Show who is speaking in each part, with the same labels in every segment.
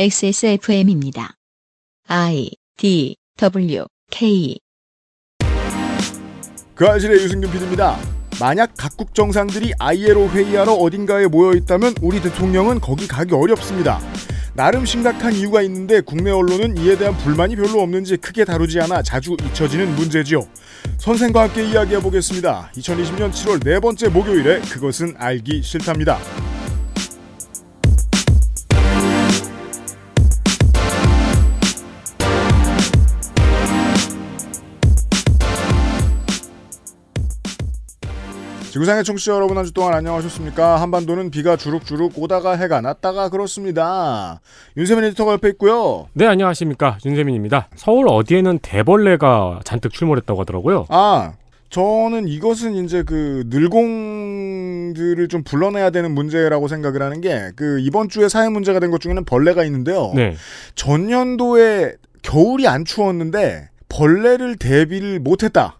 Speaker 1: XSFM입니다. I D W K
Speaker 2: 그 안실의 유승균 PD입니다. 만약 각국 정상들이 ILO 회의하러 어딘가에 모여 있다면 우리 대통령은 거기 가기 어렵습니다. 나름 심각한 이유가 있는데 국내 언론은 이에 대한 불만이 별로 없는지 크게 다루지 않아 자주 잊혀지는 문제지요. 선생과 함께 이야기해 보겠습니다. 2020년 7월 네 번째 목요일에 그것은 알기 싫답니다. 지구상의 청취자 여러분 한 주 동안 안녕하셨습니까? 한반도는 비가 주룩주룩 오다가 해가 났다가 그렇습니다. 윤세민 에디터가 옆에 있고요.
Speaker 3: 네, 안녕하십니까. 윤세민입니다. 서울 어디에는 대벌레가 잔뜩 출몰했다고 하더라고요.
Speaker 2: 아, 저는 이것은 이제 그 늘공들을 좀 불러내야 되는 문제라고 생각을 하는 게 그 이번 주에 사회 문제가 된 것 중에는 벌레가 있는데요.
Speaker 3: 네.
Speaker 2: 전년도에 겨울이 안 추웠는데 벌레를 대비를 못했다.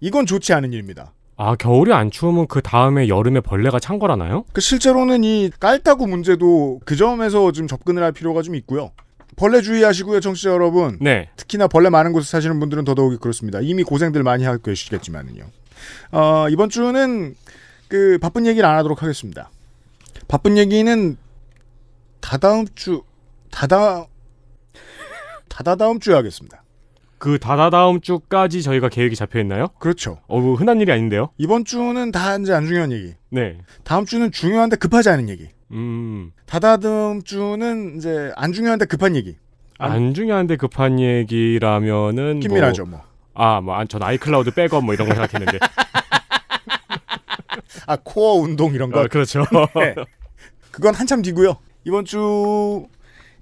Speaker 2: 이건 좋지 않은 일입니다.
Speaker 3: 아, 겨울이 안 추우면 그 다음에 여름에 벌레가 찬 거라나요?
Speaker 2: 그 실제로는 이 깔따구 문제도 그 점에서 좀 접근을 할 필요가 좀 있고요. 벌레 주의하시고요, 청취자 여러분.
Speaker 3: 네.
Speaker 2: 특히나 벌레 많은 곳에 사시는 분들은 더더욱이 그렇습니다. 이미 고생들 많이 하고 계시겠지만요. 어, 이번 주는 그 바쁜 얘기를 안 하도록 하겠습니다. 바쁜 얘기는 다다음 주 다다 다다다음 주에 하겠습니다.
Speaker 3: 그 다다다음 주까지 저희가 계획이 잡혀 있나요?
Speaker 2: 그렇죠.
Speaker 3: 어우, 흔한 일이 아닌데요.
Speaker 2: 이번 주는 다 이제 안 중요한 얘기.
Speaker 3: 네.
Speaker 2: 다음 주는 중요한데 급하지 않은 얘기.
Speaker 3: 음.
Speaker 2: 다다음 주는 이제 안 중요한데 급한 얘기.
Speaker 3: 안 중요한데 급한 얘기라면은
Speaker 2: 긴밀하죠, 뭐.
Speaker 3: 뭐, 아, 뭐, 아, 전 아이클라우드 백업 뭐 이런 거 생각했는데.
Speaker 2: 아 코어 운동 이런 거.
Speaker 3: 아, 그렇죠.
Speaker 2: 네. 그건 한참 뒤고요. 이번 주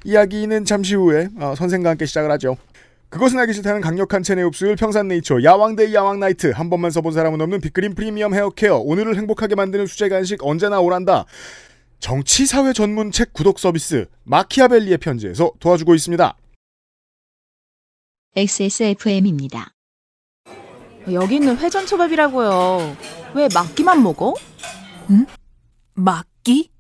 Speaker 2: 이야기는 잠시 후에 어, 선생과 함께 시작을 하죠. 그것은 알기 싫다는 강력한 체내 흡수율 평산네이처 야왕데이 야왕나이트 한 번만 써본 사람은 없는 빅그린 프리미엄 헤어케어 오늘을 행복하게 만드는 수제 간식 언제나 오란다 정치사회 전문 책 구독 서비스 마키아벨리의 편지에서 도와주고 있습니다
Speaker 1: XSFM입니다.
Speaker 4: 여기 있는 회전초밥이라고요. 왜 막기만 먹어?
Speaker 5: 막기?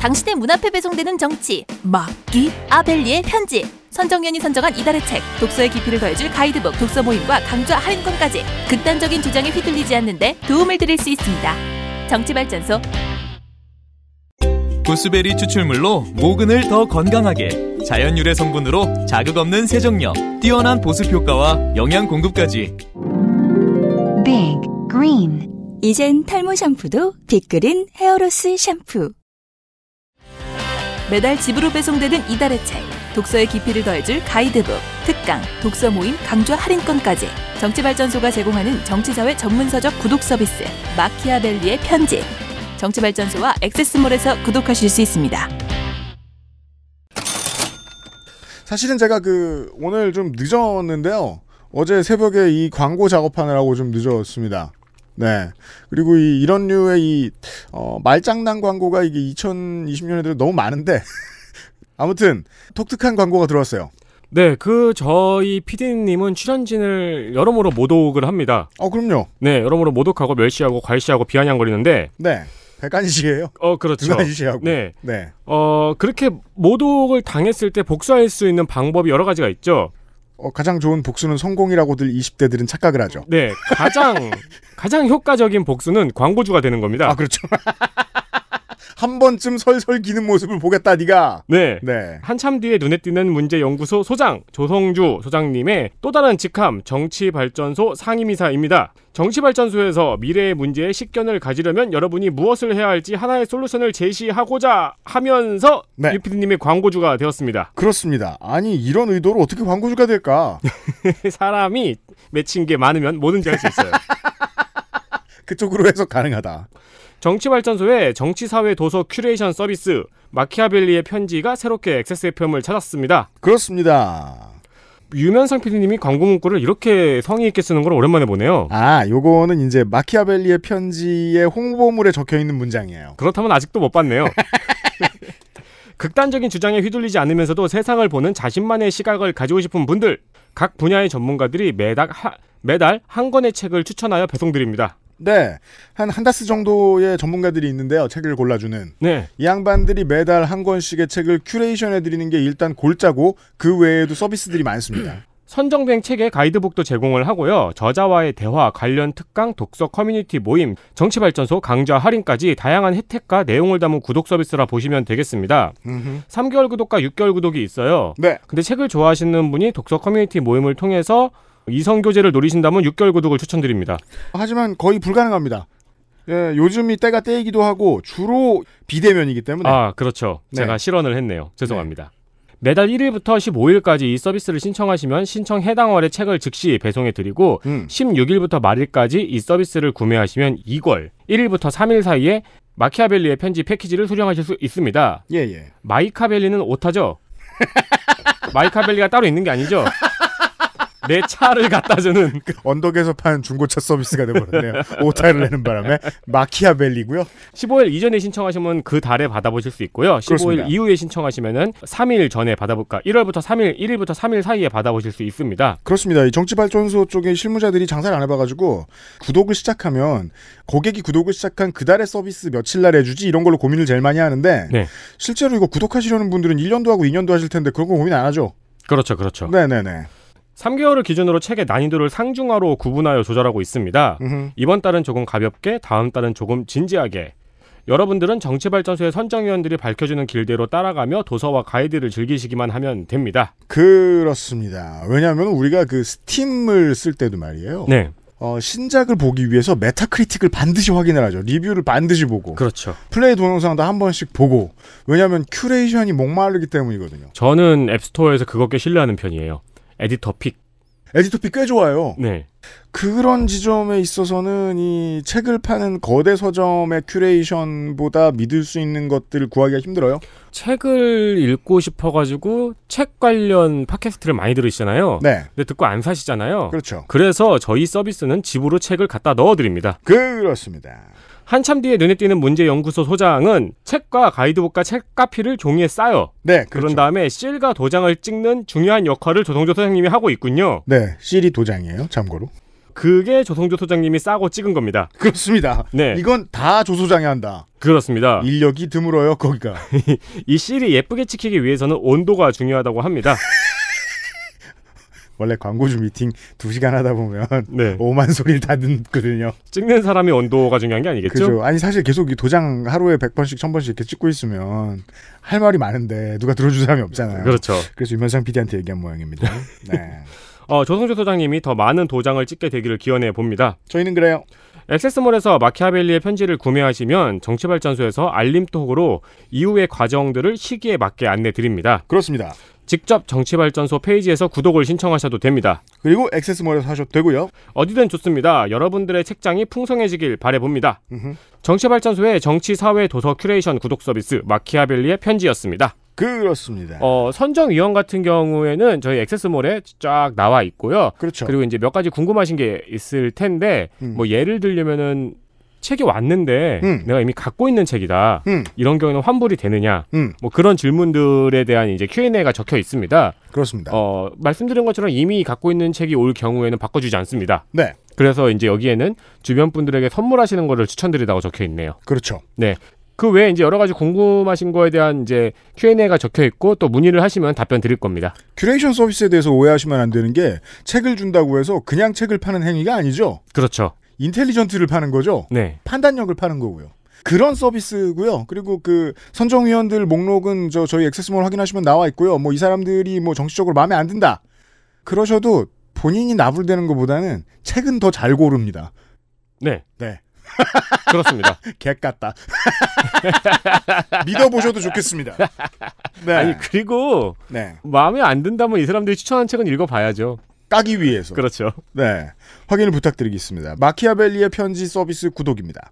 Speaker 6: 당신의 문 앞에 배송되는 정치
Speaker 5: 막기?
Speaker 6: 아벨리의 편지 선정연이 선정한 이달의 책 독서의 깊이를 더해줄 가이드북 독서 모임과 강좌 할인권까지 극단적인 주장에 휘둘리지 않는데 도움을 드릴 수 있습니다 정치발전소
Speaker 7: 보스베리 추출물로 모근을 더 건강하게 자연 유래 성분으로 자극 없는 세정력 뛰어난 보습 효과와 영양 공급까지
Speaker 8: Big Green
Speaker 9: 이젠 탈모 샴푸도 빅그린 헤어로스 샴푸.
Speaker 6: 매달 집으로 배송되는 이달의 책 독서의 깊이를 더해줄 가이드북 특강 독서 모임 강좌 할인권까지 정치발전소가 제공하는 정치사회 전문서적 구독 서비스 마키아벨리의 편지 정치발전소와 액세스몰에서 구독하실 수 있습니다
Speaker 2: 사실은 제가 그 오늘 좀 늦었는데요. 어제 새벽에 이 광고 작업하느라고 좀 늦었습니다. 네. 그리고 이 이런 류의 이 어, 말장난 광고가 이게 2020년에 들어 너무 많은데 아무튼 독특한 광고가 들어왔어요.
Speaker 3: 네, 그 저희 PD님은 출연진을 여러모로 모독을 합니다.
Speaker 2: 어 그럼요.
Speaker 3: 네, 여러모로 모독하고 멸시하고 괄시하고 비아냥거리는데
Speaker 2: 네. 백간이시예요.
Speaker 3: 어, 그렇죠.
Speaker 2: 등간이시하고.
Speaker 3: 네.
Speaker 2: 네.
Speaker 3: 어, 그렇게 모독을 당했을 때 복수할 수 있는 방법이 여러 가지가 있죠.
Speaker 2: 어, 가장 좋은 복수는 성공이라고들 20대들은 착각을 하죠.
Speaker 3: 네, 가장, 가장 효과적인 복수는 광고주가 되는 겁니다.
Speaker 2: 아 그렇죠. 한 번쯤 설설 기는 모습을 보겠다 네가.
Speaker 3: 네.
Speaker 2: 네.
Speaker 3: 한참 뒤에 눈에 띄는 문제연구소 소장 조성주 소장님의 또 다른 직함 정치발전소 상임이사입니다. 정치발전소에서 미래의 문제에 식견을 가지려면 여러분이 무엇을 해야 할지 하나의 솔루션을 제시하고자 하면서
Speaker 2: 네.
Speaker 3: 유피디님의 광고주가 되었습니다.
Speaker 2: 그렇습니다. 아니 이런 의도로 어떻게 광고주가 될까?
Speaker 3: 사람이 맺힌 게 많으면 뭐든지 할 수 있어요.
Speaker 2: 그쪽으로 해서 가능하다.
Speaker 3: 정치발전소의 정치사회 도서 큐레이션 서비스 마키아벨리의 편지가 새롭게 XSFM을 찾았습니다.
Speaker 2: 그렇습니다.
Speaker 3: 유면상 PD님이 광고 문구를 이렇게 성의 있게 쓰는 걸 오랜만에 보네요.
Speaker 2: 아, 요거는 이제 마키아벨리의 편지의 홍보물에 적혀 있는 문장이에요.
Speaker 3: 그렇다면 아직도 못 봤네요. 극단적인 주장에 휘둘리지 않으면서도 세상을 보는 자신만의 시각을 가지고 싶은 분들, 각 분야의 전문가들이 매달 하- 매달 한 권의 책을 추천하여 배송드립니다.
Speaker 2: 네. 한 한다스 정도의 전문가들이 있는데요. 책을 골라주는.
Speaker 3: 네.
Speaker 2: 이 양반들이 매달 한 권씩의 책을 큐레이션 해드리는 게 일단 골자고 그 외에도 서비스들이 많습니다.
Speaker 3: 선정된 책의 가이드북도 제공을 하고요. 저자와의 대화, 관련 특강, 독서 커뮤니티 모임, 정치발전소 강좌 할인까지 다양한 혜택과 내용을 담은 구독 서비스라 보시면 되겠습니다. 3개월 구독과 6개월 구독이 있어요.
Speaker 2: 네.
Speaker 3: 근데 책을 좋아하시는 분이 독서 커뮤니티 모임을 통해서 이성 교제를 노리신다면 6개월 구독을 추천드립니다.
Speaker 2: 하지만 거의 불가능합니다. 예, 요즘이 때가 때이기도 하고 주로 비대면이기 때문에
Speaker 3: 아, 그렇죠.
Speaker 2: 네.
Speaker 3: 제가 실언을 했네요. 죄송합니다. 매달 1일부터 15일까지 이 서비스를 신청하시면 신청 해당 월에 책을 즉시 배송해 드리고
Speaker 2: 음.
Speaker 3: 16일부터 말일까지 이 서비스를 구매하시면 2월 1일부터 3일 사이에 마키아벨리의 편지 패키지를 수령하실 수 있습니다.
Speaker 2: 예, 예.
Speaker 3: 마이카벨리는 오타죠? 마이카벨리가 따로 있는 게 아니죠? 내 차를 갖다 주는 그
Speaker 2: 언덕에서 판 중고차 서비스가 돼버렸네요. 오타를 내는 바람에 마키아벨리고요.
Speaker 3: 15일 이전에 신청하시면 그 달에 받아보실 수 있고요. 15일
Speaker 2: 그렇습니다.
Speaker 3: 이후에 신청하시면은 3일 전에 받아볼까? 1월부터 3일, 1일부터 3일 사이에 받아보실 수 있습니다.
Speaker 2: 그렇습니다. 이 정치발전소 쪽의 실무자들이 장사를 안 해봐가지고 구독을 시작하면 고객이 구독을 시작한 그달의 서비스 며칠 날 해주지 이런 걸로 고민을 제일 많이 하는데
Speaker 3: 네.
Speaker 2: 실제로 이거 구독하시려는 분들은 1년도 하고 2년도 하실 텐데 그런 거 고민 안 하죠.
Speaker 3: 그렇죠, 그렇죠.
Speaker 2: 네네네.
Speaker 3: 3개월을 기준으로 책의 난이도를 상중하로 구분하여 조절하고 있습니다.
Speaker 2: 음흠.
Speaker 3: 이번 달은 조금 가볍게, 다음 달은 조금 진지하게. 여러분들은 정치발전소의 선정위원들이 밝혀주는 길대로 따라가며 도서와 가이드를 즐기시기만 하면 됩니다.
Speaker 2: 그렇습니다. 왜냐하면 우리가 그 스팀을 쓸 때도 말이에요.
Speaker 3: 네,
Speaker 2: 어, 신작을 보기 위해서 메타크리틱을 반드시 확인을 하죠. 리뷰를 반드시 보고
Speaker 3: 그렇죠.
Speaker 2: 플레이 동영상도 한 번씩 보고 왜냐하면 큐레이션이 목마르기 때문이거든요.
Speaker 3: 저는 앱스토어에서 그것 꽤 신뢰하는 편이에요. 에디터 픽.
Speaker 2: 에디터피 꽤 좋아요.
Speaker 3: 네,
Speaker 2: 그런 지점에 있어서는 이 책을 파는 거대 서점의 큐레이션보다 믿을 수 있는 것들을 구하기가 힘들어요.
Speaker 3: 책을 읽고 싶어가지고 책 관련 팟캐스트를 많이 들으시잖아요.
Speaker 2: 네,
Speaker 3: 근데 듣고 안 사시잖아요.
Speaker 2: 그렇죠.
Speaker 3: 그래서 저희 서비스는 집으로 책을 갖다 넣어드립니다.
Speaker 2: 그렇습니다.
Speaker 3: 한참 뒤에 눈에 띄는 문제 연구소 소장은 책과 가이드북과 책 카피를 종이에 싸요.
Speaker 2: 네,
Speaker 3: 그
Speaker 2: 그렇죠.
Speaker 3: 런 다음에 실과 도장을 찍는 중요한 역할을 조성조 소장님이 하고 있군요.
Speaker 2: 네, 시리 도장이에요. 참고로.
Speaker 3: 그게 조성조 소장님이 싸고 찍은 겁니다.
Speaker 2: 그렇습니다.
Speaker 3: 네. 아.
Speaker 2: 이건 다 조소장이 한다.
Speaker 3: 그렇습니다. 이,
Speaker 2: 인력이 드물어요, 거기가.
Speaker 3: 실이 예쁘게 찍히기 위해서는 온도가 중요하다고 합니다.
Speaker 2: 원래 광고주 미팅 두시간 하다 보면
Speaker 3: 네.
Speaker 2: 오만 소리를 다 듣거든요.
Speaker 3: 찍는 사람의 온도가 중요한 게 아니겠죠?
Speaker 2: 그죠. 아니, 사실 계속 이 도장 하루에 100번씩, 1000번씩 이렇게 찍고 있으면 할 말이 많은데 누가 들어줄 사람이 없잖아요.
Speaker 3: 그렇죠.
Speaker 2: 그래서 유면상 PD한테 얘기한 모양입니다. 네.
Speaker 3: 어, 조성조 소장님이 더 많은 도장을 찍게 되기를 기원해 봅니다.
Speaker 2: 저희는 그래요.
Speaker 3: 액세스몰에서 마키아벨리의 편지를 구매하시면 정치발전소에서 알림톡으로 이후의 과정들을 시기에 맞게 안내 드립니다.
Speaker 2: 그렇습니다.
Speaker 3: 직접 정치발전소 페이지에서 구독을 신청하셔도 됩니다.
Speaker 2: 그리고 액세스몰에서 하셔도 되고요.
Speaker 3: 어디든 좋습니다. 여러분들의 책장이 풍성해지길 바래봅니다. 정치발전소의 정치 사회 도서 큐레이션 구독 서비스 마키아벨리의 편지였습니다.
Speaker 2: 그렇습니다.
Speaker 3: 어, 선정위원 같은 경우에는 저희 액세스몰에 쫙 나와 있고요.
Speaker 2: 그렇죠.
Speaker 3: 그리고 이제 몇 가지 궁금하신 게 있을 텐데
Speaker 2: 음.
Speaker 3: 뭐 예를 들려면은 책이 왔는데
Speaker 2: 음.
Speaker 3: 내가 이미 갖고 있는 책이다.
Speaker 2: 음.
Speaker 3: 이런 경우에는 환불이 되느냐?
Speaker 2: 음.
Speaker 3: 뭐 그런 질문들에 대한 이제 Q&A가 적혀 있습니다.
Speaker 2: 그렇습니다.
Speaker 3: 어, 말씀드린 것처럼 이미 갖고 있는 책이 올 경우에는 바꿔주지 않습니다.
Speaker 2: 네.
Speaker 3: 그래서 이제 여기에는 주변 분들에게 선물하시는 거를 추천드리다고 적혀 있네요.
Speaker 2: 그렇죠.
Speaker 3: 그 외에 이제 여러 가지 궁금하신 거에 대한 이제 Q&A가 적혀 있고 또 문의를 하시면 답변 드릴 겁니다.
Speaker 2: 큐레이션 서비스에 대해서 오해하시면 안 되는 게 책을 준다고 해서 그냥 책을 파는 행위가 아니죠.
Speaker 3: 그렇죠.
Speaker 2: 인텔리전트를 파는 거죠.
Speaker 3: 네.
Speaker 2: 판단력을 파는 거고요. 그런 서비스고요. 그리고 그 선정위원들 목록은 저 저희 액세스몰 확인하시면 나와 있고요. 뭐 이 사람들이 뭐 정치적으로 마음에 안 든다. 그러셔도 본인이 나불대는 것보다는 책은 더 잘 고릅니다.
Speaker 3: 네.
Speaker 2: 네.
Speaker 3: 그렇습니다.
Speaker 2: 개 같다. 믿어보셔도 좋겠습니다. 네.
Speaker 3: 아니 그리고
Speaker 2: 네.
Speaker 3: 마음에 안 든다면 이 사람들이 추천한 책은 읽어봐야죠.
Speaker 2: 까기 위해서.
Speaker 3: 그렇죠.
Speaker 2: 네. 확인을 부탁드리겠습니다. 마키아벨리의 편지 서비스 구독입니다.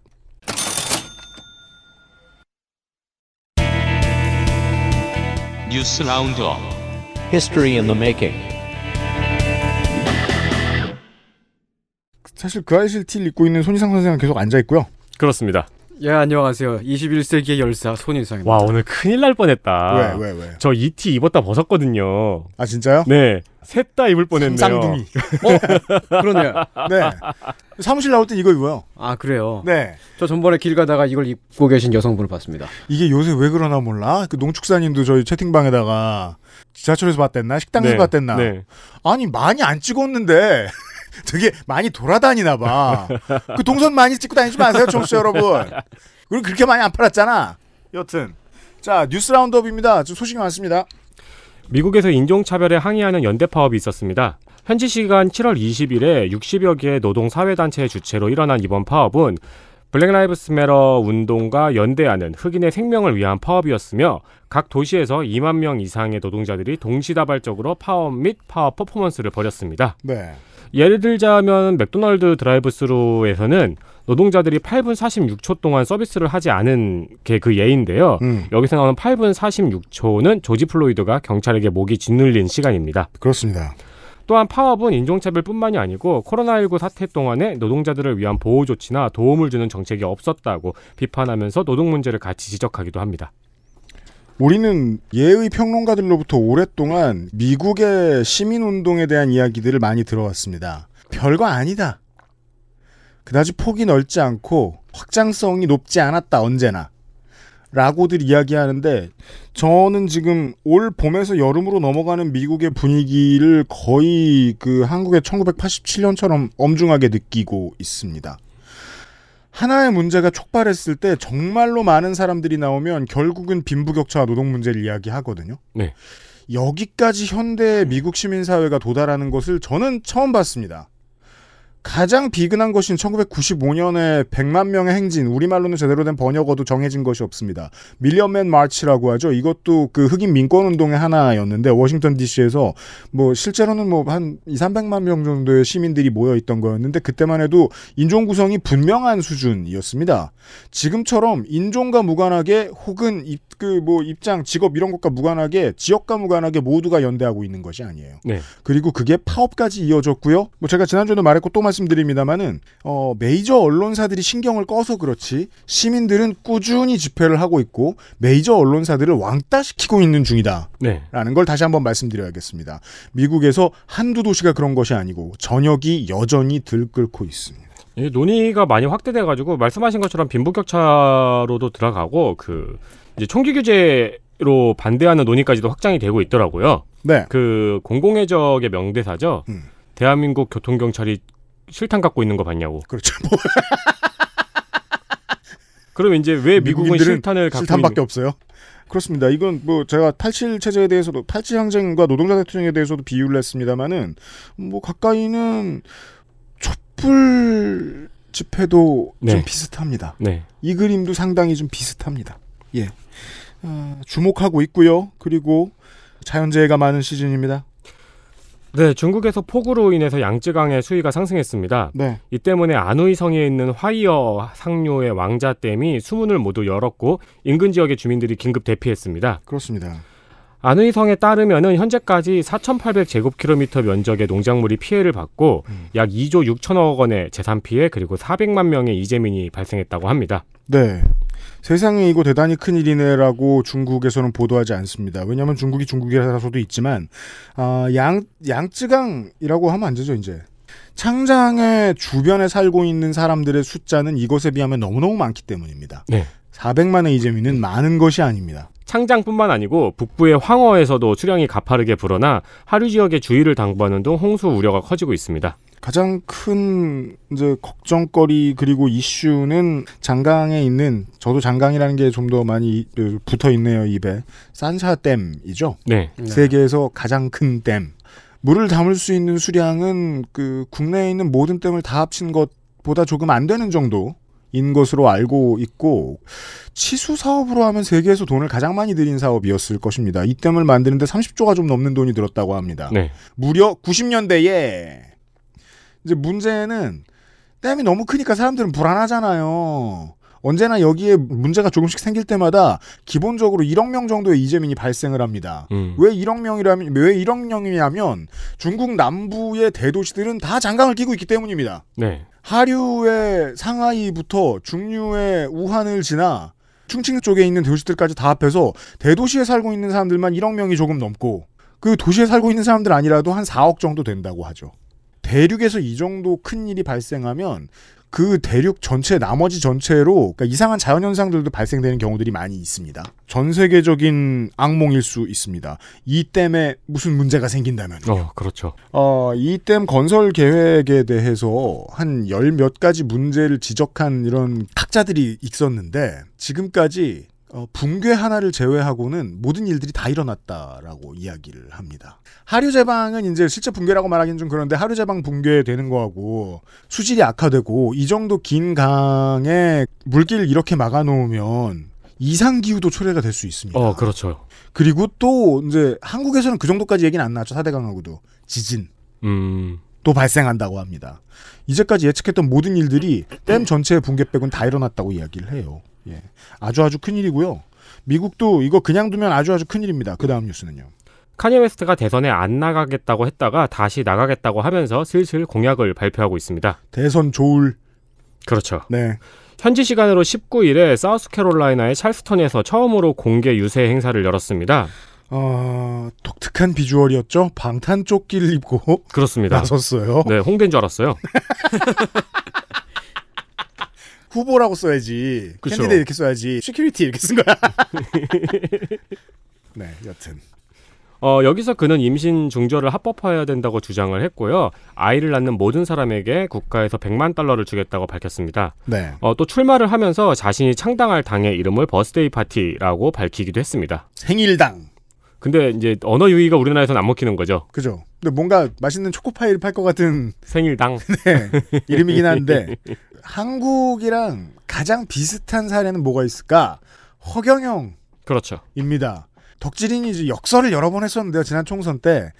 Speaker 5: 뉴스 라운드업 History in the making
Speaker 2: 사실 그 아이실 티를 입고 있는 손희상 선생은 계속 앉아 있고요.
Speaker 3: 그렇습니다.
Speaker 10: 예, 안녕하세요. 21세기의 열사 손인상입니다.
Speaker 3: 와 오늘 큰일 날 뻔했다.
Speaker 10: 왜, 왜, 왜?
Speaker 3: 저 이 티 입었다 벗었거든요.
Speaker 2: 아 진짜요?
Speaker 3: 네. 셋 다 입을 뻔했네요.
Speaker 2: 쌍둥이.
Speaker 10: 어? 그러네요.
Speaker 2: 네. 사무실 나올 땐 이거 입어요.
Speaker 10: 아, 그래요?
Speaker 2: 네.
Speaker 10: 저 전번에 길 가다가 이걸 입고 계신 여성분을 봤습니다.
Speaker 2: 이게 요새 왜 그러나 몰라. 그 농축사님도 저희 채팅방에다가 지하철에서 봤댔나 식당에서
Speaker 10: 네,
Speaker 2: 봤댔나.
Speaker 10: 네.
Speaker 2: 아니 많이 안 찍었는데 되게 많이 돌아다니나 봐. 그 동선 많이 찍고 다니지 마세요, 청취자 여러분. 우리 그렇게 많이 안 팔았잖아. 여튼 자 뉴스 라운드업입니다. 좀 소식이 많습니다.
Speaker 3: 미국에서 인종차별에 항의하는 연대 파업이 있었습니다. 현지 시간 7월 20일에 60여 개의 노동사회단체의 주체로 일어난 이번 파업은 블랙 라이브스 메러 운동과 연대하는 흑인의 생명을 위한 파업이었으며 각 도시에서 2만 명 이상의 노동자들이 동시다발적으로 파업 및 파업 퍼포먼스를 벌였습니다.
Speaker 2: 네.
Speaker 3: 예를 들자면 맥도날드 드라이브스루에서는 노동자들이 8분 46초 동안 서비스를 하지 않은 게 그 예인데요.
Speaker 2: 음,
Speaker 3: 여기서 나오는 8분 46초는 조지 플로이드가 경찰에게 목이 짓눌린 시간입니다.
Speaker 2: 그렇습니다.
Speaker 3: 또한 파업은 인종차별뿐만이 아니고 코로나19 사태 동안에 노동자들을 위한 보호 조치나 도움을 주는 정책이 없었다고 비판하면서 노동 문제를 같이 지적하기도 합니다.
Speaker 2: 우리는 예의 평론가들로부터 오랫동안 미국의 시민운동에 대한 이야기들을 많이 들어왔습니다. 별거 아니다. 그다지 폭이 넓지 않고 확장성이 높지 않았다, 언제나. 라고들 이야기하는데 저는 지금 올 봄에서 여름으로 넘어가는 미국의 분위기를 거의 그 한국의 1987년처럼 엄중하게 느끼고 있습니다. 하나의 문제가 촉발했을 때 정말로 많은 사람들이 나오면 결국은 빈부격차와 노동 문제를 이야기하거든요.
Speaker 3: 네.
Speaker 2: 여기까지 현대 미국 시민사회가 도달하는 것을 저는 처음 봤습니다. 가장 비근한 것인 1995년에 100만 명의 행진, 우리말로는 제대로 된 번역어도 정해진 것이 없습니다. 밀리언맨 마치라고 하죠. 이것도 그 흑인 민권운동의 하나였는데, 워싱턴 DC에서 뭐 실제로는 뭐 한 2, 300만 명 정도의 시민들이 모여있던 거였는데, 그때만 해도 인종 구성이 분명한 수준이었습니다. 지금처럼 인종과 무관하게 혹은 입, 그 뭐 입장, 직업 이런 것과 무관하게 지역과 무관하게 모두가 연대하고 있는 것이 아니에요.
Speaker 3: 네.
Speaker 2: 그리고 그게 파업까지 이어졌고요. 뭐 제가 지난주에도 말했고 또 말씀드립니다만은 어, 메이저 언론사들이 신경을 꺼서 그렇지 시민들은 꾸준히 집회를 하고 있고 메이저 언론사들을 왕따시키고 있는 중이다.
Speaker 3: 네.
Speaker 2: 라는 걸 다시 한번 말씀드려야겠습니다. 미국에서 한두 도시가 그런 것이 아니고 전역이 여전히 들끓고 있습니다.
Speaker 3: 이 논의가 많이 확대돼가지고 말씀하신 것처럼 빈부격차로도 들어가고 그 이제 총기 규제로 반대하는 논의까지도 확장이 되고 있더라고요.
Speaker 2: 네.
Speaker 3: 그 공공의적의 명대사죠. 대한민국 교통경찰이 실탄 갖고 있는 거 봤냐고.
Speaker 2: 그렇죠.
Speaker 3: 그럼 이제 왜 미국은
Speaker 2: 미국인들은
Speaker 3: 실탄을 갖고
Speaker 2: 실탄밖에
Speaker 3: 있는-
Speaker 2: 없어요. 그렇습니다. 이건 뭐 제가 탈칠 체제에 대해서도 탈칠 항쟁과 노동자 대통령에 대해서도 비유를 했습니다만은 뭐 가까이는 촛불 집회도 좀
Speaker 3: 네.
Speaker 2: 비슷합니다.
Speaker 3: 네.
Speaker 2: 이 그림도 상당히 좀 비슷합니다. 예. 아, 주목하고 있고요. 그리고 자연재해가 많은 시즌입니다.
Speaker 3: 네, 중국에서 폭우로 인해서 양쯔강의 수위가 상승했습니다.
Speaker 2: 네.
Speaker 3: 이 때문에 안후이성에 있는 화이어 상류의 왕자댐이 수문을 모두 열었고 인근 지역의 주민들이 긴급 대피했습니다.
Speaker 2: 그렇습니다.
Speaker 3: 안의성에 따르면은 현재까지 4,800제곱킬로미터 면적의 농작물이 피해를 받고
Speaker 2: 음.
Speaker 3: 약 2조 6천억 원의 재산 피해 그리고 400만 명의 이재민이 발생했다고 합니다.
Speaker 2: 네. 세상에 이거 대단히 큰 일이네라고 중국에서는 보도하지 않습니다. 왜냐하면 중국이 중국이라서도 있지만 아, 양 양쯔강이라고 하면 안 되죠 이제 창장의 주변에 살고 있는 사람들의 숫자는 이것에 비하면 너무너무 많기 때문입니다.
Speaker 3: 네.
Speaker 2: 400만의 이재민은 많은 것이 아닙니다.
Speaker 3: 창장뿐만 아니고 북부의 황허에서도 수량이 가파르게 불어나 하류 지역에 주의를 당부하는 등 홍수 우려가 커지고 있습니다.
Speaker 2: 가장 큰 이제 걱정거리 그리고 이슈는 장강에 있는 저도 장강이라는 게 좀 더 많이 붙어 있네요 입에 산샤댐이죠.
Speaker 3: 네. 네.
Speaker 2: 세계에서 가장 큰 댐. 물을 담을 수 있는 수량은 그 국내에 있는 모든 댐을 다 합친 것보다 조금 안 되는 정도. 인 것으로 알고 있고 치수 사업으로 하면 세계에서 돈을 가장 많이 들인 사업이었을 것입니다. 이 댐을 만드는데 30조가 좀 넘는 돈이 들었다고 합니다.
Speaker 3: 네.
Speaker 2: 무려 90년대에 이제 문제는 댐이 너무 크니까 사람들은 불안하잖아요. 언제나 여기에 문제가 조금씩 생길 때마다 기본적으로 1억 명 정도의 이재민이 발생을 합니다.
Speaker 3: 음.
Speaker 2: 왜 1억 명이라면 왜 1억 명이냐면 중국 남부의 대도시들은 다 장강을 끼고 있기 때문입니다.
Speaker 3: 네.
Speaker 2: 하류의 상하이부터 중류의 우한을 지나 충칭 쪽에 있는 도시들까지 다 합해서 대도시에 살고 있는 사람들만 1억 명이 조금 넘고 그 도시에 살고 있는 사람들 아니라도 한 4억 정도 된다고 하죠. 대륙에서 이 정도 큰 일이 발생하면 그 대륙 전체 나머지 전체로 그러니까 이상한 자연 현상들도 발생되는 경우들이 많이 있습니다. 전 세계적인 악몽일 수 있습니다. 이 댐에 무슨 문제가 생긴다면
Speaker 3: 어, 그렇죠.
Speaker 2: 어, 이 댐 건설 계획에 대해서 한 열 몇 가지 문제를 지적한 이런 학자들이 있었는데 지금까지 어, 붕괴 하나를 제외하고는 모든 일들이 다 일어났다라고 이야기를 합니다. 하류 제방은 이제 실제 붕괴라고 말하기는 좀 그런데 하류 제방 붕괴되는 거하고 수질이 악화되고 이 정도 긴 강에 물길 이렇게 막아놓으면 이상 기후도 초래가 될 수 있습니다.
Speaker 3: 어, 그렇죠.
Speaker 2: 그리고 또 이제 한국에서는 그 정도까지 얘기는 안 나왔죠. 4대 강하고도 지진
Speaker 3: 음.
Speaker 2: 또 발생한다고 합니다. 이제까지 예측했던 모든 일들이 댐 전체의 붕괴 빼곤 다 일어났다고 이야기를 해요. 예. 아주 아주 큰 일이고요. 미국도 이거 그냥 두면 아주 아주 큰 일입니다. 그 다음 뉴스는요.
Speaker 3: 카니에 웨스트가 대선에 안 나가겠다고 했다가 다시 나가겠다고 하면서 슬슬 공약을 발표하고 있습니다.
Speaker 2: 대선 조울.
Speaker 3: 그렇죠.
Speaker 2: 네.
Speaker 3: 현지 시간으로 19일에 사우스캐롤라이나의 찰스턴에서 처음으로 공개 유세 행사를 열었습니다.
Speaker 2: 어, 독특한 비주얼이었죠. 방탄 조끼를 입고
Speaker 3: 그렇습니다.
Speaker 2: 아, 나섰어요.
Speaker 3: 네, 홍대인 줄 알았어요.
Speaker 2: 후보라고 써야지.
Speaker 3: 그쵸.
Speaker 2: 캔디데 이렇게 써야지. 시큐리티 이렇게 쓴 거야. 네, 여튼.
Speaker 3: 어, 여기서 그는 임신 중절을 합법화해야 된다고 주장을 했고요. 아이를 낳는 모든 사람에게 국가에서 100만 달러를 주겠다고 밝혔습니다.
Speaker 2: 네.
Speaker 3: 어, 또 출마를 하면서 자신이 창당할 당의 이름을 버스데이 파티라고 밝히기도 했습니다.
Speaker 2: 생일당.
Speaker 3: 근데 이제 언어 유의가 우리나라에서는 안 먹히는 거죠.
Speaker 2: 그죠. 근데 뭔가 맛있는 초코파이를 팔 것 같은
Speaker 3: 생일당.
Speaker 2: 네, 이름이긴 한데 한국이랑 가장 비슷한 사례는 뭐가 있을까? 허경영입니다.
Speaker 3: 그렇죠.
Speaker 2: 덕질인이 이제 역설을 여러 번 했었는데요. 지난 총선 때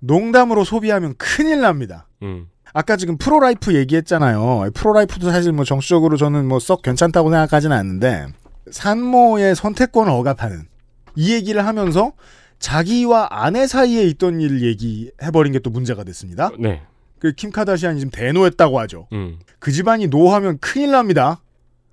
Speaker 2: 농담으로 소비하면 큰일 납니다.
Speaker 3: 음.
Speaker 2: 아까 지금 프로라이프 얘기했잖아요. 프로라이프도 사실 뭐 정치적으로 저는 뭐 썩 괜찮다고 생각하진 않는데 산모의 선택권을 억압하는 이 얘기를 하면서 자기와 아내 사이에 있던 일 얘기해버린 게 또 문제가 됐습니다.
Speaker 3: 네.
Speaker 2: 그 킴카다시안이 지금 대노했다고 하죠.
Speaker 3: 음.
Speaker 2: 그 집안이 노하면 큰일 납니다.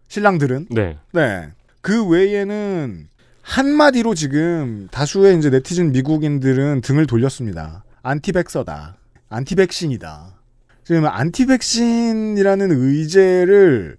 Speaker 2: 신랑들은.
Speaker 3: 네.
Speaker 2: 네. 그 외에는 한마디로 지금 다수의 이제 네티즌 미국인들은 등을 돌렸습니다. 안티백서다. 안티백신이다. 지금 안티백신이라는 의제를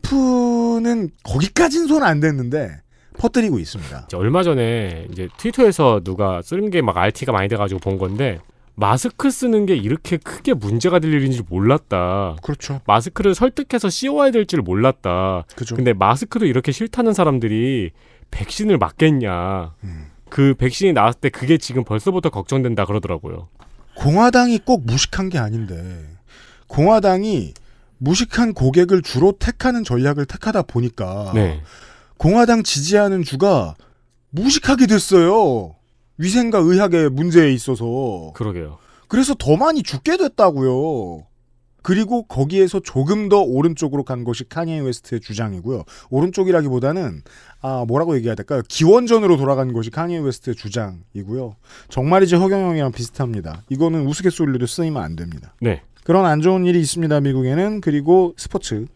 Speaker 2: 트럼프는 거기까진 손 안 댔는데 퍼뜨리고 있습니다.
Speaker 3: 이제 얼마 전에 이제 트위터에서 누가 쓰는 게 막 RT가 많이 돼가지고 본 건데 마스크 쓰는 게 이렇게 크게 문제가 될 일인지 몰랐다.
Speaker 2: 그렇죠.
Speaker 3: 마스크를 설득해서 씌워야 될 줄 몰랐다.
Speaker 2: 그죠.
Speaker 3: 근데 마스크도 이렇게 싫다는 사람들이 백신을 맞겠냐.
Speaker 2: 음.
Speaker 3: 그 백신이 나왔을 때 그게 지금 벌써부터 걱정된다 그러더라고요.
Speaker 2: 공화당이 꼭 무식한 게 아닌데 공화당이 무식한 고객을 주로 택하는 전략을 택하다 보니까
Speaker 3: 네.
Speaker 2: 공화당 지지하는 주가 무식하게 됐어요. 위생과 의학의 문제에 있어서.
Speaker 3: 그러게요.
Speaker 2: 그래서 더 많이 죽게 됐다고요. 그리고 거기에서 조금 더 오른쪽으로 간 것이 카니에 웨스트의 주장이고요. 오른쪽이라기보다는 아 뭐라고 얘기해야 될까요? 기원전으로 돌아간 것이 카니에 웨스트의 주장이고요. 정말이지 허경영이랑 비슷합니다. 이거는 우스갯소리로도 쓰이면 안 됩니다.
Speaker 3: 네.
Speaker 2: 그런 안 좋은 일이 있습니다. 미국에는 그리고 스포츠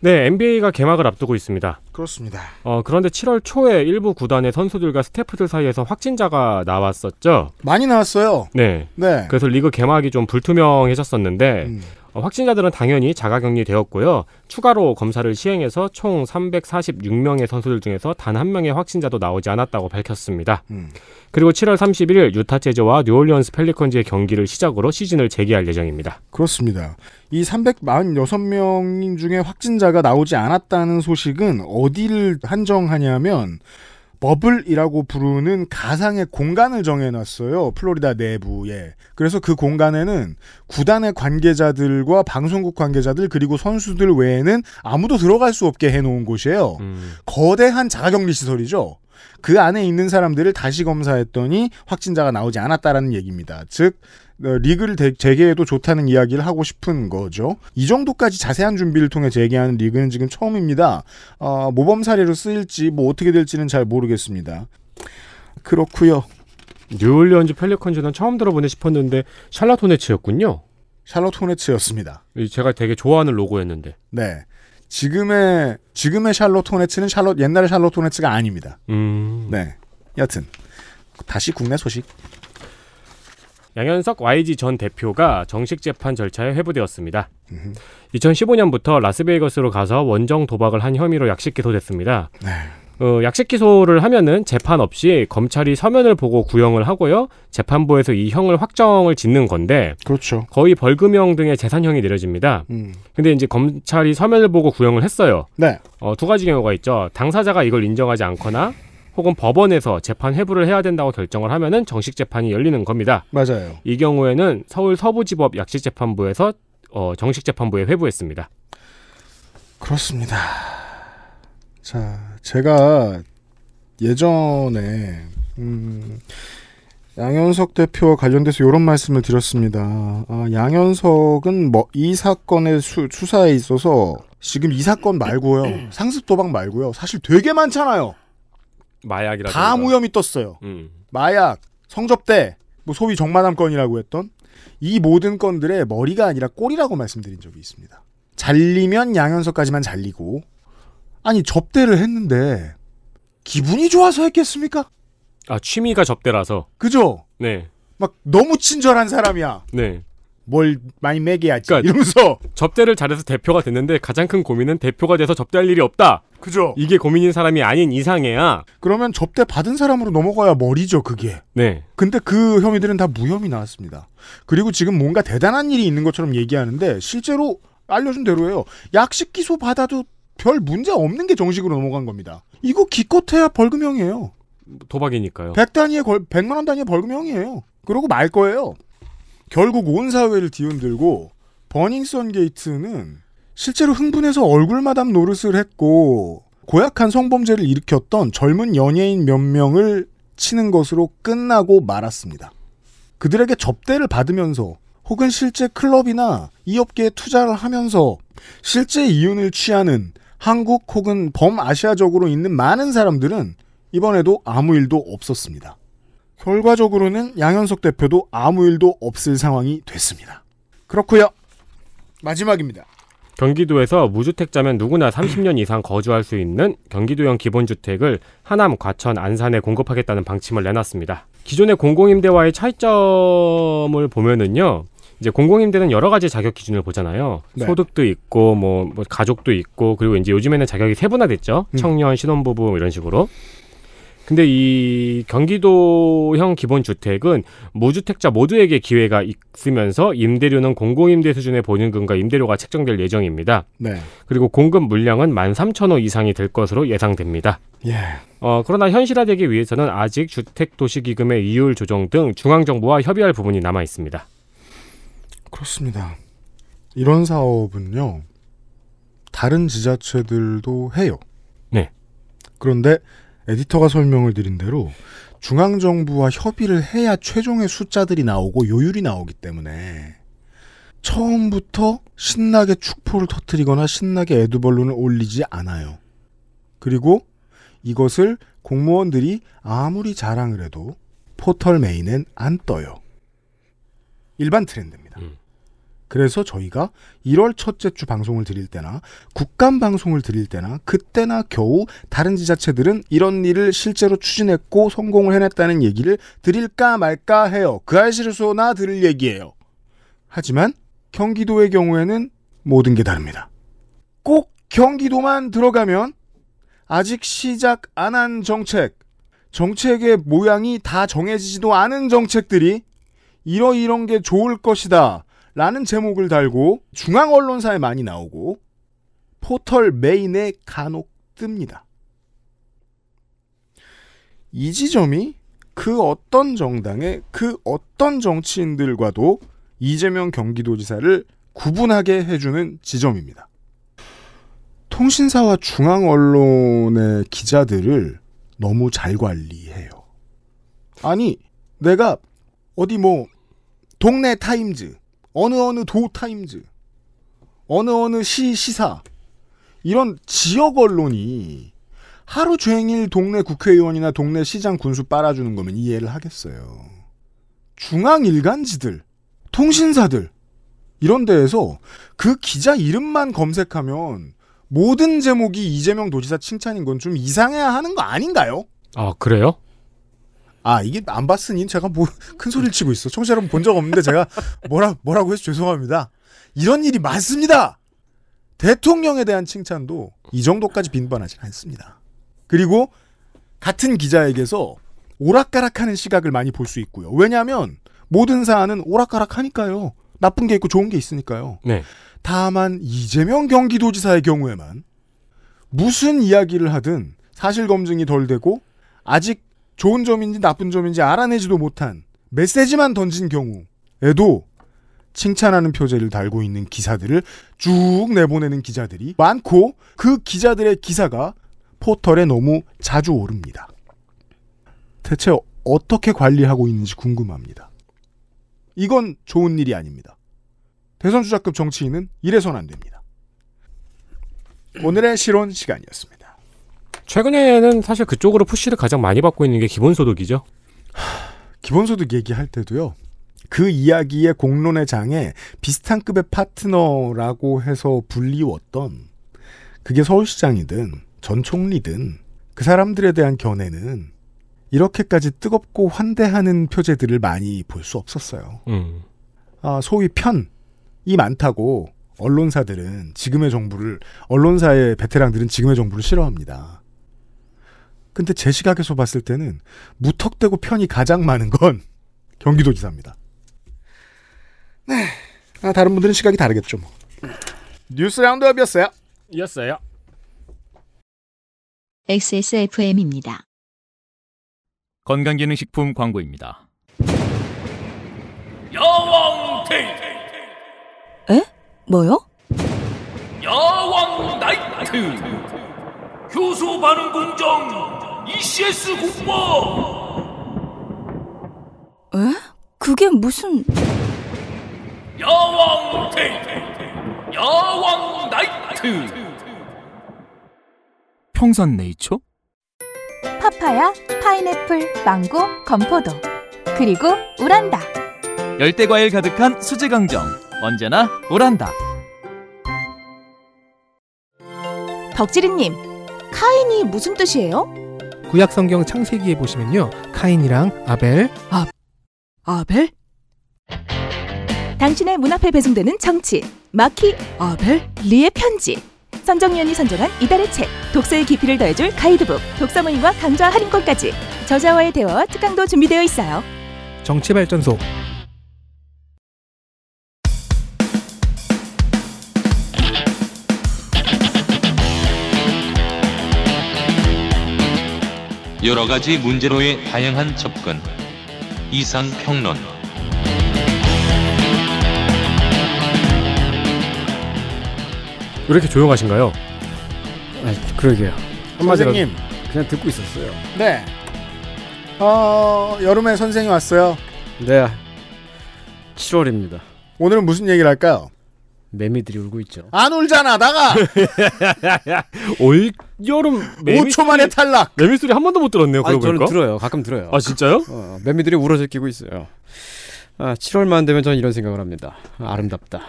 Speaker 3: 네, NBA가 개막을 앞두고 있습니다.
Speaker 2: 그렇습니다.
Speaker 3: 어, 그런데 7월 초에 일부 구단의 선수들과 스태프들 사이에서 확진자가 나왔었죠.
Speaker 2: 많이 나왔어요.
Speaker 3: 네.
Speaker 2: 네.
Speaker 3: 그래서 리그 개막이 좀 불투명해졌었는데
Speaker 2: 음.
Speaker 3: 어, 확진자들은 당연히 자가격리되었고요. 추가로 검사를 시행해서 총 346명의 선수들 중에서 단 한 명의 확진자도 나오지 않았다고 밝혔습니다.
Speaker 2: 음.
Speaker 3: 그리고 7월 31일 유타 재즈와 뉴올리언스 펠리컨즈의 경기를 시작으로 시즌을 재개할 예정입니다.
Speaker 2: 그렇습니다. 이 346명 중에 확진자가 나오지 않았다는 소식은 어디를 한정하냐면 버블이라고 부르는 가상의 공간을 정해놨어요. 플로리다 내부에. 그래서 그 공간에는 구단의 관계자들과 방송국 관계자들 그리고 선수들 외에는 아무도 들어갈 수 없게 해놓은 곳이에요. 거대한 자가격리 시설이죠. 그 안에 있는 사람들을 다시 검사했더니 확진자가 나오지 않았다라는 얘기입니다. 즉 어, 리그를 대- 재개해도 좋다는 이야기를 하고 싶은 거죠. 이 정도까지 자세한 준비를 통해 재개하는 리그는 지금 처음입니다. 어, 모범 사례로 쓰일지 뭐 어떻게 될지는 잘 모르겠습니다. 그렇고요.
Speaker 3: 뉴올리언즈 펠리컨즈는 처음 들어보네 싶었는데 샬럿 호네츠였군요.
Speaker 2: 샬럿 호네츠였습니다.
Speaker 3: 제가 되게 좋아하는 로고였는데.
Speaker 2: 네. 지금의 지금의 샬롯 호네츠는 샬롯 옛날의 샬롯 호네츠가 아닙니다.
Speaker 3: 음.
Speaker 2: 네. 여튼 다시 국내 소식.
Speaker 3: 양현석 YG 전 대표가 정식 재판 절차에 회부되었습니다. 2015년부터 라스베이거스로 가서 원정 도박을 한 혐의로 약식 기소됐습니다. 어, 약식 기소를 하면은 재판 없이 검찰이 서면을 보고 구형을 하고요. 재판부에서 이 형을 확정을 짓는 건데
Speaker 2: 그렇죠.
Speaker 3: 거의 벌금형 등의 재산형이 내려집니다.
Speaker 2: 음.
Speaker 3: 근데 이제 검찰이 서면을 보고 구형을 했어요.
Speaker 2: 네.
Speaker 3: 어, 두 가지 경우가 있죠. 당사자가 이걸 인정하지 않거나 혹은 법원에서 재판 회부를 해야 된다고 결정을 하면은 정식 재판이 열리는 겁니다.
Speaker 2: 맞아요.
Speaker 3: 이 경우에는 서울 서부지법 약식재판부에서 어, 정식재판부에 회부했습니다.
Speaker 2: 그렇습니다. 자, 제가 예전에 음, 양현석 대표와 관련돼서 이런 말씀을 드렸습니다. 아, 양현석은 뭐 이 사건의 수, 수사에 있어서 지금 이 사건 말고요, 상습 도박 말고요, 사실 되게 많잖아요.
Speaker 3: 마약이라든가.
Speaker 2: 다 무혐의 떴어요.
Speaker 3: 음.
Speaker 2: 마약, 성접대, 뭐 소위 정마담 건이라고 했던 이 모든 건들의 머리가 아니라 꼬리라고 말씀드린 적이 있습니다. 잘리면 양현석까지만 잘리고 아니 접대를 했는데 기분이 좋아서 했겠습니까?
Speaker 3: 아, 취미가 접대라서.
Speaker 2: 그죠?
Speaker 3: 네.
Speaker 2: 막 너무 친절한 사람이야.
Speaker 3: 네.
Speaker 2: 뭘 많이 먹여야지
Speaker 3: 그러니까
Speaker 2: 이러면서
Speaker 3: 접대를 잘해서 대표가 됐는데 가장 큰 고민은 대표가 돼서 접대할 일이 없다.
Speaker 2: 그죠?
Speaker 3: 이게 고민인 사람이 아닌 이상해야.
Speaker 2: 그러면 접대 받은 사람으로 넘어가야 머리죠 그게.
Speaker 3: 네.
Speaker 2: 근데 그 혐의들은 다 무혐의 나왔습니다. 그리고 지금 뭔가 대단한 일이 있는 것처럼 얘기하는데 실제로 알려준 대로예요. 약식 기소 받아도 별 문제 없는 게 정식으로 넘어간 겁니다. 이거 기껏해야 벌금형이에요.
Speaker 3: 도박이니까요.
Speaker 2: 100 단위의 걸, 100만 원 단위의 벌금형이에요. 그러고 말 거예요. 결국 온 사회를 뒤흔들고 버닝썬 게이트는 실제로 흥분해서 얼굴 마담 노릇을 했고 고약한 성범죄를 일으켰던 젊은 연예인 몇 명을 치는 것으로 끝나고 말았습니다. 그들에게 접대를 받으면서 혹은 실제 클럽이나 이 업계에 투자를 하면서 실제 이윤을 취하는 한국 혹은 범아시아적으로 있는 많은 사람들은 이번에도 아무 일도 없었습니다. 결과적으로는 양현석 대표도 아무 일도 없을 상황이 됐습니다. 그렇고요. 마지막입니다.
Speaker 3: 경기도에서 무주택자면 누구나 30년 이상 거주할 수 있는 경기도형 기본주택을 하남, 과천, 안산에 공급하겠다는 방침을 내놨습니다. 기존의 공공임대와의 차이점을 보면은요. 이제 공공임대는 여러 가지 자격 기준을 보잖아요.
Speaker 5: 네.
Speaker 3: 소득도 있고 뭐, 뭐 가족도 있고 그리고 이제 요즘에는 자격이 세분화됐죠. 청년, 신혼부부 뭐 이런 식으로. 근데 이 경기도형 기본주택은 무주택자 모두에게 기회가 있으면서 임대료는 공공임대 수준의 본인금과 임대료가 책정될 예정입니다.
Speaker 2: 네.
Speaker 3: 그리고 공급 물량은 13,000호 이상이 될 것으로 예상됩니다.
Speaker 2: 예.
Speaker 3: 어, 그러나 현실화되기 위해서는 아직 주택도시기금의 이율 조정 등 중앙정부와 협의할 부분이 남아 있습니다.
Speaker 2: 그렇습니다. 이런 사업은요. 다른 지자체들도 해요.
Speaker 3: 네.
Speaker 2: 그런데 에디터가 설명을 드린 대로 중앙정부와 협의를 해야 최종의 숫자들이 나오고 요율이 나오기 때문에 처음부터 신나게 축포를 터뜨리거나 신나게 에드벌룬을 올리지 않아요. 그리고 이것을 공무원들이 아무리 자랑을 해도 포털 메인엔 안 떠요. 일반 트렌드입니다. 그래서 저희가 1월 첫째 주 방송을 드릴 때나 국감 방송을 드릴 때나 그때나 겨우 다른 지자체들은 이런 일을 실제로 추진했고 성공을 해냈다는 얘기를 드릴까 말까 해요. 그 알실소나 들을 얘기예요. 하지만 경기도의 경우에는 모든 게 다릅니다. 꼭 경기도만 들어가면 아직 시작 안 한 정책, 정책의 모양이 다 정해지지도 않은 정책들이 이러이런 게 좋을 것이다. 라는 제목을 달고 중앙 언론사에 많이 나오고 포털 메인에 간혹 뜹니다. 이 지점이 그 어떤 정당의 그 어떤 정치인들과도 이재명 경기도지사를 구분하게 해주는 지점입니다. 통신사와 중앙 언론의 기자들을 너무 잘 관리해요. 아니, 내가 어디 뭐 동네 타임즈, 어느 어느 도 타임즈, 어느 어느 시 시사 이런 지역 언론이 하루 종일 동네 국회의원이나 동네 시장 군수 빨아주는 거면 이해를 하겠어요. 중앙 일간지들, 통신사들 이런 데에서 그 기자 이름만 검색하면 모든 제목이 이재명 도지사 칭찬인 건 좀 이상해야 하는 거 아닌가요?
Speaker 3: 아 그래요?
Speaker 2: 아 이게 안 봤으니 제가 뭐 큰 소리를 치고 있어. 청취자 여러분 본 적 없는데 제가 뭐라 뭐라고 해서 죄송합니다. 이런 일이 많습니다. 대통령에 대한 칭찬도 이 정도까지 빈번하지 않습니다. 그리고 같은 기자에게서 오락가락하는 시각을 많이 볼 수 있고요. 왜냐하면 모든 사안은 오락가락하니까요. 나쁜 게 있고 좋은 게 있으니까요.
Speaker 3: 네.
Speaker 2: 다만 이재명 경기도지사의 경우에만 무슨 이야기를 하든 사실 검증이 덜 되고 아직 좋은 점인지 나쁜 점인지 알아내지도 못한 메시지만 던진 경우에도 칭찬하는 표제를 달고 있는 기사들을 쭉 내보내는 기자들이 많고 그 기자들의 기사가 포털에 너무 자주 오릅니다. 대체 어떻게 관리하고 있는지 궁금합니다. 이건 좋은 일이 아닙니다. 대선 주자급 정치인은 이래선 안 됩니다. 오늘의 실온 시간이었습니다.
Speaker 3: 최근에는 사실 그쪽으로 푸시를 가장 많이 받고 있는 게 기본소득이죠.
Speaker 2: 기본소득 얘기할 때도요. 그 이야기의 공론의 장에 비슷한 급의 파트너라고 해서 불리웠던 그게 서울시장이든 전 총리든 그 사람들에 대한 견해는 이렇게까지 뜨겁고 환대하는 표제들을 많이 볼 수 없었어요.
Speaker 3: 음.
Speaker 2: 아, 소위 편이 많다고 언론사들은 지금의 정부를 언론사의 베테랑들은 지금의 정부를 싫어합니다. 근데 제 시각에서 봤을 때는 무턱대고 편이 가장 많은 건 경기도지사입니다. 네, 아, 다른 분들은 시각이 다르겠죠. 뭐. 뉴스 라운드업이었어요.
Speaker 3: 이었어요.
Speaker 1: XSFM입니다.
Speaker 7: 건강기능식품 광고입니다.
Speaker 11: 여왕 테이
Speaker 9: 에? 뭐요?
Speaker 11: 여왕 나이트 효소 반응 공정 E ECS 공모
Speaker 9: 에? 그게 무슨
Speaker 11: 여왕 테이 여왕 나이트
Speaker 7: 평산 네이처?
Speaker 12: 파파야, 파인애플, 망고, 건포도. 그리고 우란다.
Speaker 7: 열대과일 가득한 수제강정. 언제나 오란다.
Speaker 4: 덕지리님, 카인이 무슨 뜻이에요?
Speaker 13: 구약 성경 창세기에 보시면요. 카인이랑 아벨,
Speaker 4: 아, 아벨?
Speaker 6: 당신의 문 앞에 배송되는 정치 마키 아벨 리의 편지 선정위원이 선정한 이달의 책 독서의 깊이를 더해줄 가이드북 독서 모임과 강좌 할인권까지 저자와의 대화와 특강도 준비되어 있어요
Speaker 13: 정치 발전소.
Speaker 5: 여러 가지 문제로의 다양한 접근. 이상 평론.
Speaker 3: 왜 이렇게 조용하신가요?
Speaker 10: 아, 그러게요.
Speaker 3: 한마디라도.
Speaker 2: 선생님.
Speaker 10: 그냥 듣고 있었어요.
Speaker 2: 네. 어, 여름에 선생이 왔어요.
Speaker 10: 네. 7월입니다.
Speaker 2: 오늘은 무슨 얘기를 할까요?
Speaker 10: 매미들이 울고 있죠.
Speaker 2: 안 울잖아, 나가!
Speaker 3: 올 여름 매미
Speaker 2: 5초 만에 탈락!
Speaker 3: 매미 소리 한 번도 못 들었네요.
Speaker 10: 아니,
Speaker 3: 그러고
Speaker 10: 저는
Speaker 3: 보니까.
Speaker 10: 들어요. 가끔 들어요.
Speaker 3: 아 진짜요?
Speaker 10: 어, 매미들이 울어서 끼고 있어요. 아, 7월만 되면 저는 이런 생각을 합니다. 아, 아름답다.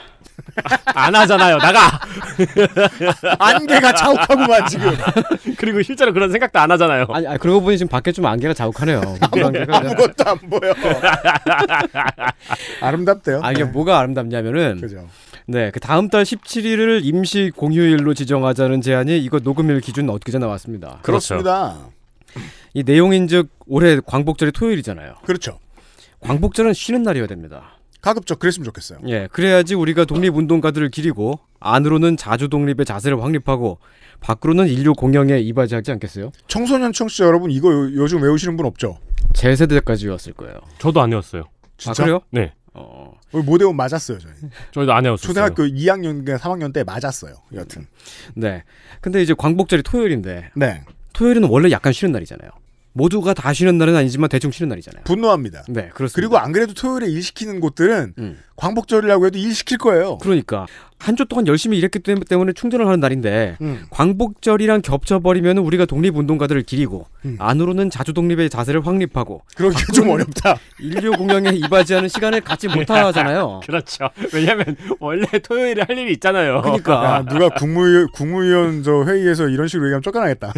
Speaker 3: 안 하잖아요. 나가.
Speaker 2: 안개가 자욱하구만 지금.
Speaker 3: 그리고 실제로 그런 생각도 안 하잖아요.
Speaker 10: 아니, 아니, 그러고 보니 지금 밖에 좀 안개가 자욱하네요. 그 안개가 그냥-
Speaker 2: 아무것도 안 보여. 아름답대요. 네.
Speaker 10: 아, 이게 뭐가 아름답냐면은
Speaker 2: 그죠.
Speaker 10: 네, 그 다음 달 17일을 임시 공휴일로 지정하자는 제안이 이거 녹음일 기준 엊그제 나왔습니다.
Speaker 2: 그렇습니다.
Speaker 10: 이 내용인즉 올해 광복절이 토요일이잖아요.
Speaker 2: 그렇죠.
Speaker 10: 광복절은 쉬는 날이어야 됩니다.
Speaker 2: 가급적 그랬으면 좋겠어요.
Speaker 10: 예, 그래야지 우리가 독립운동가들을 기리고 안으로는 자주 독립의 자세를 확립하고 밖으로는 인류 공영에 이바지하지 않겠어요?
Speaker 2: 청소년 청취자 여러분 이거 요- 요즘 외우시는 분 없죠?
Speaker 10: 제 세대까지 왔을 거예요.
Speaker 3: 저도 안 외웠어요.
Speaker 2: 진짜?
Speaker 10: 아, 그래요?
Speaker 3: 네.
Speaker 10: 어.
Speaker 2: 오늘 못 외운 맞았어요 저희.
Speaker 3: 저희도 안 외웠어요.
Speaker 2: 초등학교 2학년, 3학년 때 맞았어요. 여튼.
Speaker 10: 네. 근데 이제 광복절이 토요일인데
Speaker 2: 네.
Speaker 10: 토요일은 원래 약간 쉬는 날이잖아요. 모두가 다 쉬는 날은 아니지만 대충 쉬는 날이잖아요.
Speaker 2: 분노합니다.
Speaker 10: 네, 그렇습니다.
Speaker 2: 그리고 안 그래도 토요일에 일 시키는 곳들은 광복절이라고 해도 일 시킬 거예요.
Speaker 10: 그러니까 한 주 동안 열심히 일했기 때- 때문에 충전을 하는 날인데
Speaker 2: 음.
Speaker 10: 광복절이랑 겹쳐버리면 우리가 독립운동가들을 기리고
Speaker 2: 음.
Speaker 10: 안으로는 자주 독립의 자세를 확립하고
Speaker 2: 그러기
Speaker 10: 아,
Speaker 2: 좀 어렵다.
Speaker 10: 인류 공영에 이바지하는 시간을 갖지 못하잖아요.
Speaker 3: 그렇죠. 왜냐하면 원래 토요일에 할 일이 있잖아요.
Speaker 10: 그러니까.
Speaker 2: 야, 누가 국무위, 국무위원 저 회의에서 이런 식으로 얘기하면 쫓겨나겠다.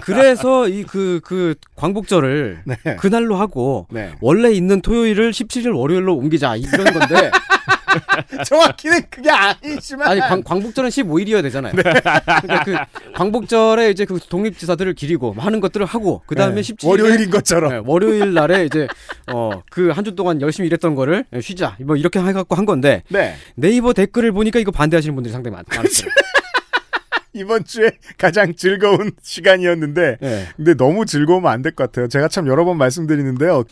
Speaker 10: 그래서 이 그 그 광복절을 그날로 하고
Speaker 2: 네.
Speaker 10: 원래 있는 토요일을 17일 월요일로 옮기자 이런 건데
Speaker 2: 정확히는 그게 아니지만
Speaker 10: 아니 광, 광복절은 15일이어야 되잖아요.
Speaker 2: 네.
Speaker 10: 그러니까 그 광복절에 이제 그 독립지사들을 기리고 많은 것들을 하고 그
Speaker 2: 네,
Speaker 10: 다음에 17일
Speaker 2: 월요일인 것처럼.
Speaker 10: 네, 월요일 날에 이제 어 그 한 주 동안 열심히 일했던 거를 쉬자 뭐 이렇게 해갖고 한 건데
Speaker 2: 네.
Speaker 10: 네이버 댓글을 보니까 이거 반대하시는 분들이 상당히 많, 많았어요.
Speaker 2: 이번 주에 가장 즐거운 시간이었는데
Speaker 10: 예,
Speaker 2: 근데 너무 즐거우면 안 될 것 같아요. 제가 참 여러 번 말씀드리는데요.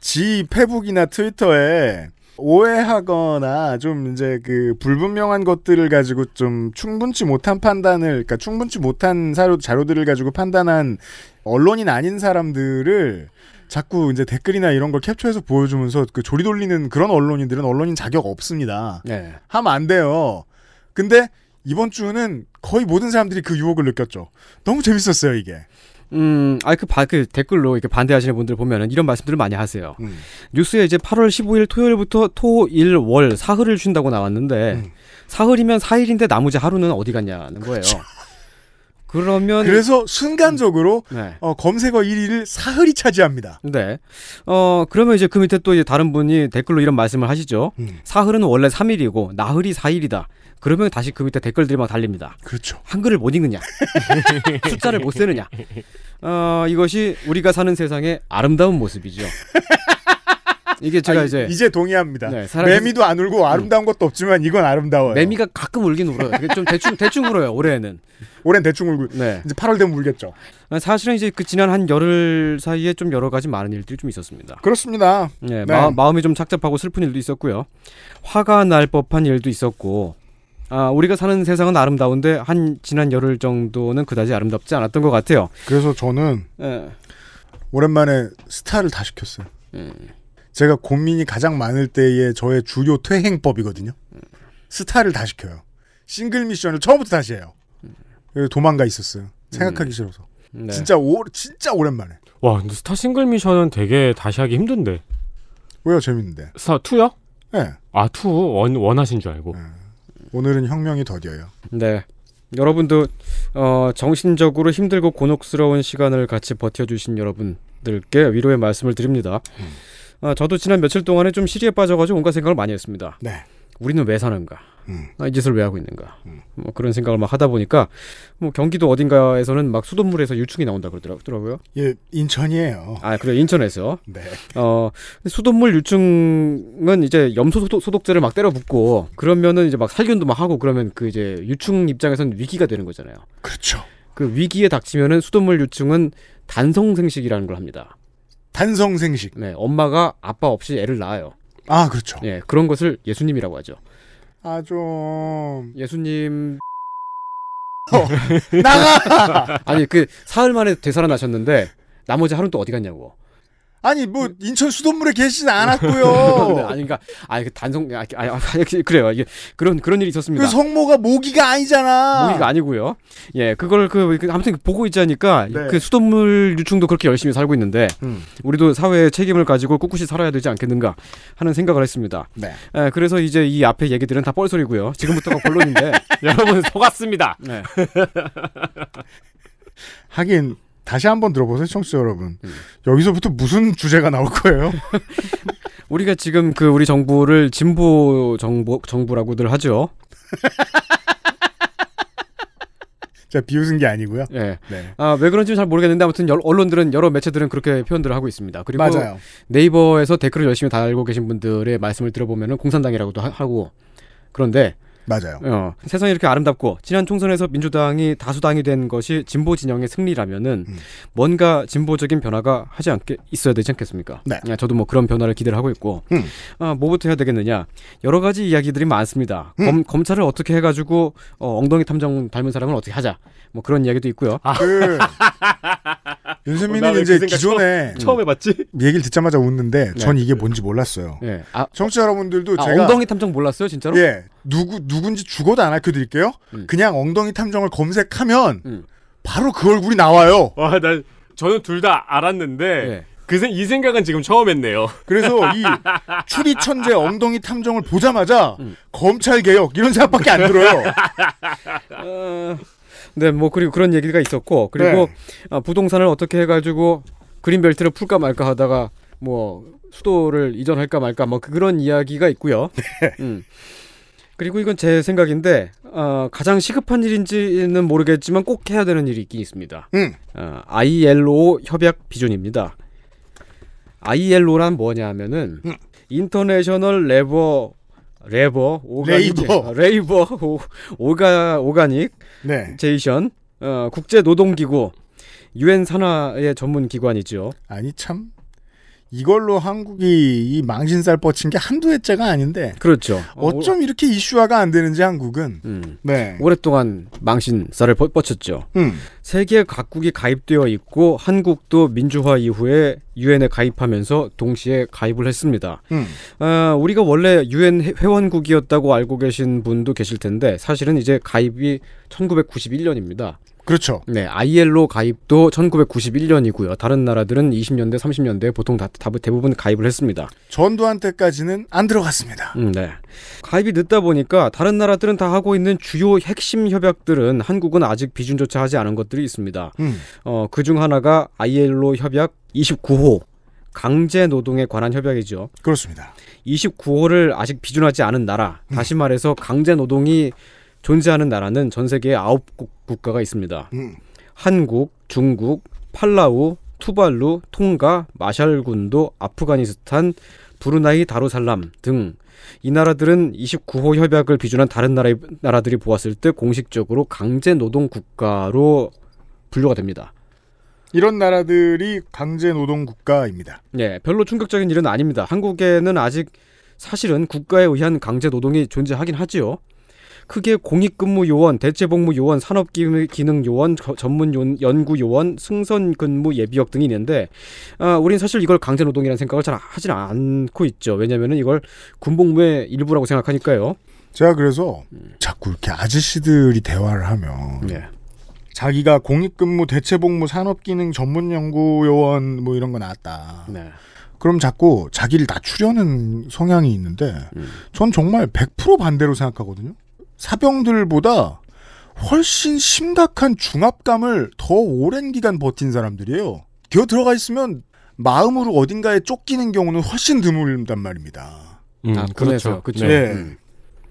Speaker 2: 지 페북이나 트위터에 오해하거나 좀 이제 그 불분명한 것들을 가지고 좀 충분치 못한 판단을 그러니까 충분치 못한 사료 자료들을 가지고 판단한 언론인 아닌 사람들을 자꾸 이제 댓글이나 이런 걸 캡처해서 보여주면서 그 조리 돌리는 그런 언론인들은 언론인 자격 없습니다.
Speaker 10: 네.
Speaker 2: 하면 안 돼요. 근데 이번 주는 거의 모든 사람들이 그 유혹을 느꼈죠. 너무 재밌었어요, 이게.
Speaker 10: 음, 아그 그 댓글로 이렇게 반대하시는 분들 보면은 이런 말씀들을 많이 하세요.
Speaker 2: 음.
Speaker 10: 뉴스에 이제 8월 15일 토요일부터 토, 일, 월 사흘을 쉰다고 나왔는데
Speaker 2: 음.
Speaker 10: 사흘이면 4일인데 나머지 하루는 어디 갔냐는 거예요. 그러면
Speaker 2: 그래서 순간적으로
Speaker 10: 네.
Speaker 2: 어, 검색어 1위를 사흘이 차지합니다.
Speaker 10: 네. 어, 그러면 이제 그 밑에 또 이제 다른 분이 댓글로 이런 말씀을 하시죠.
Speaker 2: 음.
Speaker 10: 사흘은 원래 3일이고 나흘이 4일이다. 그러면 다시 그 밑에 댓글들이 막 달립니다.
Speaker 2: 그렇죠.
Speaker 10: 한글을 못 읽느냐? 숫자를 못 쓰느냐? 어, 이것이 우리가 사는 세상의 아름다운 모습이죠. 이게 제가
Speaker 2: 아,
Speaker 10: 이제
Speaker 2: 이제 동의합니다.
Speaker 10: 네, 사람이-
Speaker 2: 매미도 안 울고 아름다운 것도 없지만 이건 아름다워요.
Speaker 10: 매미가 가끔 울긴 울어요. 이게 좀 대충 대충 울어요. 올해는. 네.
Speaker 2: 올해는 대충 울고 이제 8월 되면 울겠죠.
Speaker 10: 사실은 이제 그 지난 한 열흘 사이에 좀 여러 가지 많은 일들이 좀 있었습니다.
Speaker 2: 그렇습니다.
Speaker 10: 네, 마, 마음이 좀 착잡하고 슬픈 일도 있었고요. 화가 날 법한 일도 있었고, 아, 우리가 사는 세상은 아름다운데 한 지난 열흘 정도는 그다지 아름답지 않았던 것 같아요.
Speaker 2: 그래서 저는
Speaker 10: 예.
Speaker 2: 오랜만에 스타를 다 시켰어요. 제가 고민이 가장 많을 때의 저의 주요 퇴행법이거든요.
Speaker 10: 음.
Speaker 2: 스타를 다 시켜요. 싱글 미션을 처음부터 다시 해요. 그래서 도망가 있었어요. 생각하기 싫어서.
Speaker 10: 네.
Speaker 2: 진짜 오 진짜 오랜만에.
Speaker 3: 와, 근데 스타 싱글 미션은 되게 다시 하기 힘든데.
Speaker 2: 왜요? 재밌는데.
Speaker 3: 스타 2요?
Speaker 2: 네.
Speaker 3: 아, 2. 원, 원하신 줄 알고.
Speaker 2: 오늘은 혁명이 더뎌요.
Speaker 10: 네. 여러분도 어, 정신적으로 힘들고 곤혹스러운 시간을 같이 버텨주신 여러분들께 위로의 말씀을 드립니다.
Speaker 2: 음.
Speaker 10: 아, 저도 지난 며칠 동안에 좀 시리에 빠져가지고 온갖 생각을 많이 했습니다.
Speaker 2: 네.
Speaker 10: 우리는 왜 사는가?
Speaker 2: 음.
Speaker 10: 아, 이 짓을 왜 하고 있는가? 뭐 그런 생각을 막 하다 보니까 뭐 경기도 어딘가에서는 막 수돗물에서 유충이 나온다 그러더라고요.
Speaker 2: 예, 인천이에요.
Speaker 10: 아 그래 인천에서
Speaker 2: 네.
Speaker 10: 어 근데 수돗물 유충은 이제 염소 소독, 소독제를 막 때려 붓고 그러면은 이제 막 살균도 막 하고 그러면 그 이제 유충 입장에선 위기가 되는 거잖아요.
Speaker 2: 그렇죠.
Speaker 10: 그 위기에 닥치면은 수돗물 유충은 단성생식이라는 걸 합니다.
Speaker 2: 단성생식.
Speaker 10: 네, 엄마가 아빠 없이 애를 낳아요.
Speaker 2: 아 그렇죠.
Speaker 10: 예, 그런 것을 예수님이라고 하죠.
Speaker 2: 아 좀.
Speaker 10: 예수님
Speaker 2: 나가!
Speaker 10: 아니 그 사흘 만에 되살아나셨는데 나머지 하루는 또 어디 갔냐고.
Speaker 2: 아니 뭐 인천 수돗물에 계시진
Speaker 10: 네,
Speaker 2: 않았고요.
Speaker 10: 아니 그러니까 아니 그 단성 아, 아, 아 그래요. 이게 그런 그런 일이 있었습니다.
Speaker 2: 그 성모가 모기가 아니잖아.
Speaker 10: 모기가 아니고요. 예, 그걸 그 그, 아무튼 보고 있지 않으니까
Speaker 2: 네.
Speaker 10: 그 수돗물 유충도 그렇게 열심히 살고 있는데
Speaker 2: 음.
Speaker 10: 우리도 사회의 책임을 가지고 꿋꿋이 살아야 되지 않겠는가 하는 생각을 했습니다.
Speaker 2: 네.
Speaker 10: 예, 그래서 이제 이 앞에 얘기들은 다 뻘소리고요. 지금부터가 본론인데
Speaker 3: 여러분 속았습니다.
Speaker 10: 네.
Speaker 2: 하긴 다시 한번 들어보세요, 청취자 여러분.
Speaker 10: 음.
Speaker 2: 여기서부터 무슨 주제가 나올 거예요?
Speaker 10: 우리가 지금 그 우리 정부를 진보 정부 정부라고들 하죠.
Speaker 2: 제가 비웃은 게 아니고요.
Speaker 10: 예.
Speaker 2: 네.
Speaker 10: 아, 왜 그런지 잘 모르겠는데 아무튼 여- 언론들은 여러 매체들은 그렇게 표현들을 하고 있습니다. 그리고
Speaker 2: 맞아요.
Speaker 10: 네이버에서 댓글을 열심히 달고 계신 분들의 말씀을 들어보면은 공산당이라고도 하, 고 그런데
Speaker 2: 맞아요.
Speaker 10: 어, 세상이 이렇게 아름답고 지난 총선에서 민주당이 다수당이 된 것이 진보 진영의 승리라면은
Speaker 2: 음.
Speaker 10: 뭔가 진보적인 변화가 하지 않게 있어야 되지 않겠습니까?
Speaker 2: 네. 음.
Speaker 10: 예, 저도 뭐 그런 변화를 기대를 하고 있고 아, 뭐부터 해야 되겠느냐 여러 가지 이야기들이 많습니다.
Speaker 2: 음.
Speaker 10: 검, 찰을 어떻게 해가지고 어, 엉덩이 탐정 닮은 사람은 어떻게 하자 뭐 그런 이야기도 있고요.
Speaker 2: 그 윤세민은
Speaker 10: 나왜
Speaker 2: 이제
Speaker 10: 그 생각
Speaker 2: 기존에
Speaker 10: 처음- 처음
Speaker 3: 해봤지?
Speaker 2: 얘기를 듣자마자 웃는데 전
Speaker 10: 네.
Speaker 2: 이게 뭔지 몰랐어요.
Speaker 10: 예. 아,
Speaker 2: 청취자 여러분들도
Speaker 10: 아,
Speaker 2: 그 제가
Speaker 10: 엉덩이 탐정 몰랐어요 진짜로?
Speaker 2: 예 누구 누군지 죽어도 안 알려드릴게요.
Speaker 10: 음.
Speaker 2: 그냥 엉덩이 탐정을 검색하면 바로 그 얼굴이 나와요.
Speaker 3: 와, 나 저는 둘 다 알았는데
Speaker 10: 예.
Speaker 3: 그 생, 이 생각은 지금 처음 했네요.
Speaker 2: 그래서 이 추리 천재 엉덩이 탐정을 보자마자
Speaker 10: 음.
Speaker 2: 검찰 개혁 이런 생각밖에 안 들어요.
Speaker 10: 네, 뭐 그리고 그런 얘기가 있었고 그리고
Speaker 2: 네.
Speaker 10: 아, 부동산을 어떻게 해가지고 그린벨트를 풀까 말까 하다가 뭐 수도를 이전할까 말까 뭐 그런 이야기가 있고요.
Speaker 2: 네.
Speaker 10: 음. 그리고 이건 제 생각인데 어, 가장 시급한 일인지는 모르겠지만 꼭 해야 되는 일이 있긴 있습니다.
Speaker 2: 음.
Speaker 10: 어, ILO 협약 비준입니다. ILO란 뭐냐면은
Speaker 2: 음.
Speaker 10: 인터내셔널 레버 레버 오가닉,
Speaker 2: 레이버.
Speaker 10: 아, 레이버 오, 오가 오가닉
Speaker 2: 네.
Speaker 10: 제이션 어, 국제 노동 기구 유엔 산하의 전문 기관이죠.
Speaker 2: 아니 참 이걸로 한국이 이 망신살 뻗친 게 한두 해째가 아닌데
Speaker 10: 그렇죠.
Speaker 2: 어쩜 이렇게 이슈화가 안 되는지 한국은 네.
Speaker 10: 음, 오랫동안 망신살을 뻗- 뻗쳤죠.
Speaker 2: 음.
Speaker 10: 세계 각국이 가입되어 있고 한국도 민주화 이후에 유엔에 가입하면서 동시에 가입을 했습니다.
Speaker 2: 음.
Speaker 10: 아, 우리가 원래 유엔 회- 회원국이었다고 알고 계신 분도 계실 텐데 사실은 이제 가입이 1991년입니다.
Speaker 2: 그렇죠.
Speaker 10: 네, ILO 가입도 1991년이고요. 다른 나라들은 20년대, 30년대 보통 다, 다- 대부분 가입을 했습니다.
Speaker 2: 전두환 때까지는 안 들어갔습니다.
Speaker 10: 음, 네. 가입이 늦다 보니까 다른 나라들은 다 하고 있는 주요 핵심 협약들은 한국은 아직 비준조차 하지 않은 것들이 있습니다.
Speaker 2: 음.
Speaker 10: 어, 그 중 하나가 ILO 협약 29호 강제 노동에 관한 협약이죠.
Speaker 2: 그렇습니다.
Speaker 10: 29호를 아직 비준하지 않은 나라, 다시 말해서 강제 노동이 존재하는 나라는 전 세계에 9곳 국가가 있습니다.
Speaker 2: 음.
Speaker 10: 한국, 중국, 팔라우, 투발루, 통가, 마샬군도, 아프가니스탄, 브루나이, 다루살람 등 이 나라들은 29호 협약을 비준한 다른 나라 나라들이 보았을 때 공식적으로 강제 노동 국가로 분류가 됩니다.
Speaker 2: 이런 나라들이 강제 노동 국가입니다.
Speaker 10: 예, 별로 충격적인 일은 아닙니다. 한국에는 아직 사실은 국가에 의한 강제 노동이 존재하긴 하지요. 크게 공익근무 요원, 대체복무 요원, 산업기능 요원, 저- 전문 요- 연구 요원, 승선근무 예비역 등이 있는데, 아, 우린 사실 이걸 강제 노동이라는 생각을 잘 하진 않고 있죠. 왜냐면은 이걸 군복무의 일부라고 생각하니까요.
Speaker 2: 제가 그래서 자꾸 이렇게 아저씨들이 대화를 하면 자기가 공익근무 대체복무 산업기능 전문연구요원 뭐 이런 거 나왔다. 그럼 자꾸 자기를 낮추려는 성향이 있는데
Speaker 10: 음.
Speaker 2: 전 정말 100% 반대로 생각하거든요. 사병들보다 훨씬 심각한 중압감을 더 오랜 기간 버틴 사람들이에요. 겨 들어가 있으면 마음으로 어딘가에 쫓기는 경우는 훨씬 드물단 말입니다. 예.
Speaker 3: 음,
Speaker 10: 아, 군에서, 그쵸.
Speaker 3: 네.
Speaker 10: 음.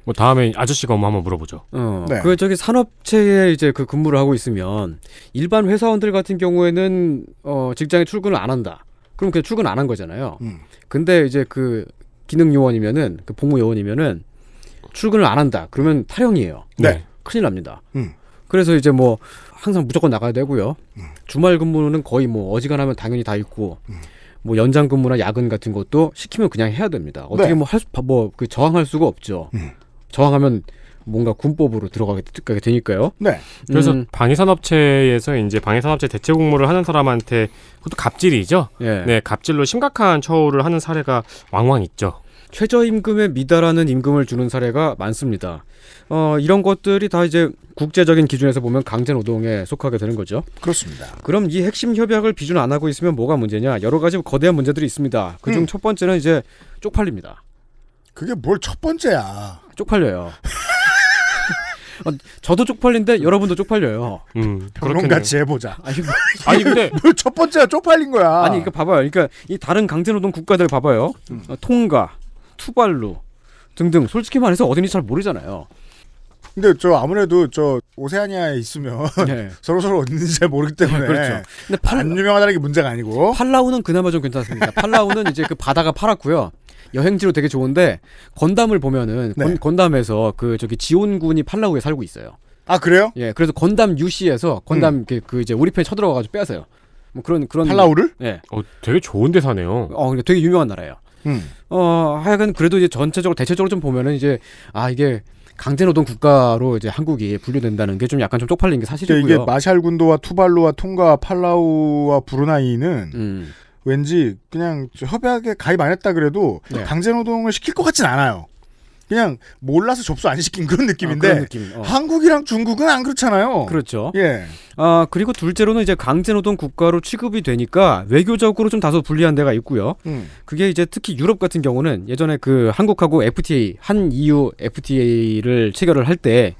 Speaker 3: 뭐 다음에 아저씨가 한번 한번 물어보죠.
Speaker 10: 어,
Speaker 3: 네.
Speaker 10: 그 저기 산업체에 이제 그 근무를 하고 있으면 일반 회사원들 같은 경우에는 어, 직장에 출근을 안 한다. 그럼 그냥 출근 안 한 거잖아요.
Speaker 2: 음.
Speaker 10: 근데 이제 그 기능 요원이면은 그 복무 요원이면은 출근을 안 한다. 그러면 탈영이에요.
Speaker 2: 네.
Speaker 10: 큰일 납니다.
Speaker 2: 음.
Speaker 10: 그래서 이제 뭐 항상 무조건 나가야 되고요. 주말 근무는 거의 뭐 어지간하면 당연히 다 있고
Speaker 2: 음.
Speaker 10: 뭐 연장 근무나 야근 같은 것도 시키면 그냥 해야 됩니다.
Speaker 2: 네.
Speaker 10: 어떻게
Speaker 2: 음.
Speaker 10: 뭐할뭐그 저항할 수가 없죠. 저항하면 뭔가 군법으로 들어가게 되- 되니까요.
Speaker 2: 네.
Speaker 3: 그래서
Speaker 10: 음.
Speaker 3: 방해산업체에서 이제 방해산업체 대체 공모를 하는 사람한테 그것도 갑질이죠.
Speaker 10: 예.
Speaker 3: 네, 갑질로 심각한 처우를 하는 사례가 왕왕 있죠.
Speaker 10: 최저임금에 미달하는 임금을 주는 사례가 많습니다. 어, 이런 것들이 다 이제 국제적인 기준에서 보면 강제 노동에 속하게 되는 거죠.
Speaker 2: 그렇습니다.
Speaker 10: 그럼 이 핵심 협약을 비준 안 하고 있으면 뭐가 문제냐? 여러 가지 거대한 문제들이 있습니다.
Speaker 3: 네.
Speaker 10: 그중 첫 번째는 이제 쪽팔립니다.
Speaker 2: 그게 뭘 첫 번째야?
Speaker 10: 쪽팔려요. 어, 저도 쪽팔린데 여러분도 쪽팔려요.
Speaker 3: 음,
Speaker 2: 평론같이 해보자.
Speaker 10: 아니, 뭐,
Speaker 3: 아니, 근데-
Speaker 2: 뭘첫 번째야 쪽팔린 거야.
Speaker 10: 아니 그러니까 봐봐요. 그러니까 이 다른 강제노동 국가들 봐봐요.
Speaker 3: 음.
Speaker 10: 어, 통가, 투발루 등등 솔직히 말해서 어딘지 잘 모르잖아요.
Speaker 2: 근데 저 아무래도 저 오세아니아에 있으면
Speaker 10: 네.
Speaker 2: 서로 서로 어딘지 잘 모르기
Speaker 3: 네.
Speaker 2: 때문에
Speaker 10: 그렇죠.
Speaker 2: 근데 안 유명하다는 게 문제가 아니고
Speaker 10: 팔라우는 그나마 좀 괜찮습니다. 팔라우는 이제 그 바다가 파랗고요. 여행지로 되게 좋은데 건담을 보면은
Speaker 2: 네.
Speaker 10: 건, 담에서그 저기 지온군이 팔라우에 살고 있어요.
Speaker 2: 아 그래요?
Speaker 10: 예, 그래서 건담 UC에서 건담 그, 그 이제 우리 편에 쳐들어가가지고 빼앗아요. 뭐 그런 그런
Speaker 2: 음. 팔라우를?
Speaker 10: 예.
Speaker 3: 어, 되게 좋은데 사네요.
Speaker 10: 어, 근데 되게 유명한 나라예요. 어 하여간 그래도 이제 전체적으로 대체적으로 좀 보면은 이제 아 이게 강제노동 국가로 이제 한국이 분류된다는 게 좀 약간 좀 쪽팔린 게 사실이고요.
Speaker 2: 이게 마샬 군도와 투발루와 통가와 팔라우와 브루나이는
Speaker 10: 음. 어,
Speaker 2: 왠지 그냥 저 협약에 가입 안 했다 그래도
Speaker 10: 네.
Speaker 2: 강제노동을 시킬 것 같진 않아요. 그냥 몰라서 접수 안 시킨 그런 느낌인데
Speaker 10: 그런 느낌, 어.
Speaker 2: 한국이랑 중국은 안 그렇잖아요.
Speaker 10: 그렇죠.
Speaker 2: 예.
Speaker 10: 아 그리고 둘째로는 이제 강제노동 국가로 취급이 되니까 외교적으로 좀 다소 불리한 데가 있고요.
Speaker 2: 음.
Speaker 10: 그게 이제 특히 유럽 같은 경우는 예전에 그 한국하고 FTA 한 EU FTA를 체결을 할 때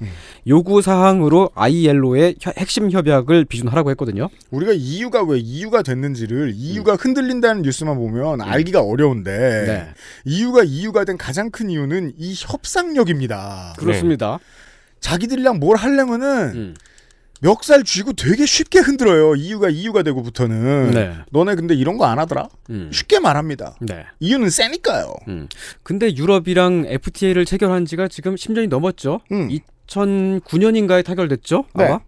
Speaker 10: 요구 사항으로 ILO의 핵심 협약을 비준하라고 했거든요.
Speaker 2: 우리가 이유가 왜 이유가 됐는지를
Speaker 10: 음.
Speaker 2: 이유가 흔들린다는 뉴스만 보면 알기가
Speaker 10: 네.
Speaker 2: 어려운데 이유가 이유가 된 가장 큰 이유는 이 협상력입니다.
Speaker 10: 그렇습니다. 음.
Speaker 2: 자기들이랑 뭘 하려면은 멱살 쥐고 되게 쉽게 흔들어요. 이유가 이유가 되고부터는
Speaker 10: 네.
Speaker 2: 너네 근데 이런 거 안 하더라.
Speaker 10: 음.
Speaker 2: 쉽게 말합니다.
Speaker 10: 네.
Speaker 2: 이유는 세니까요.
Speaker 10: 음. 근데 유럽이랑 FTA를 체결한 지가 지금 10년이 넘었죠.
Speaker 2: 음.
Speaker 10: 2009년인가에 타결됐죠.
Speaker 2: 네.
Speaker 10: 아마.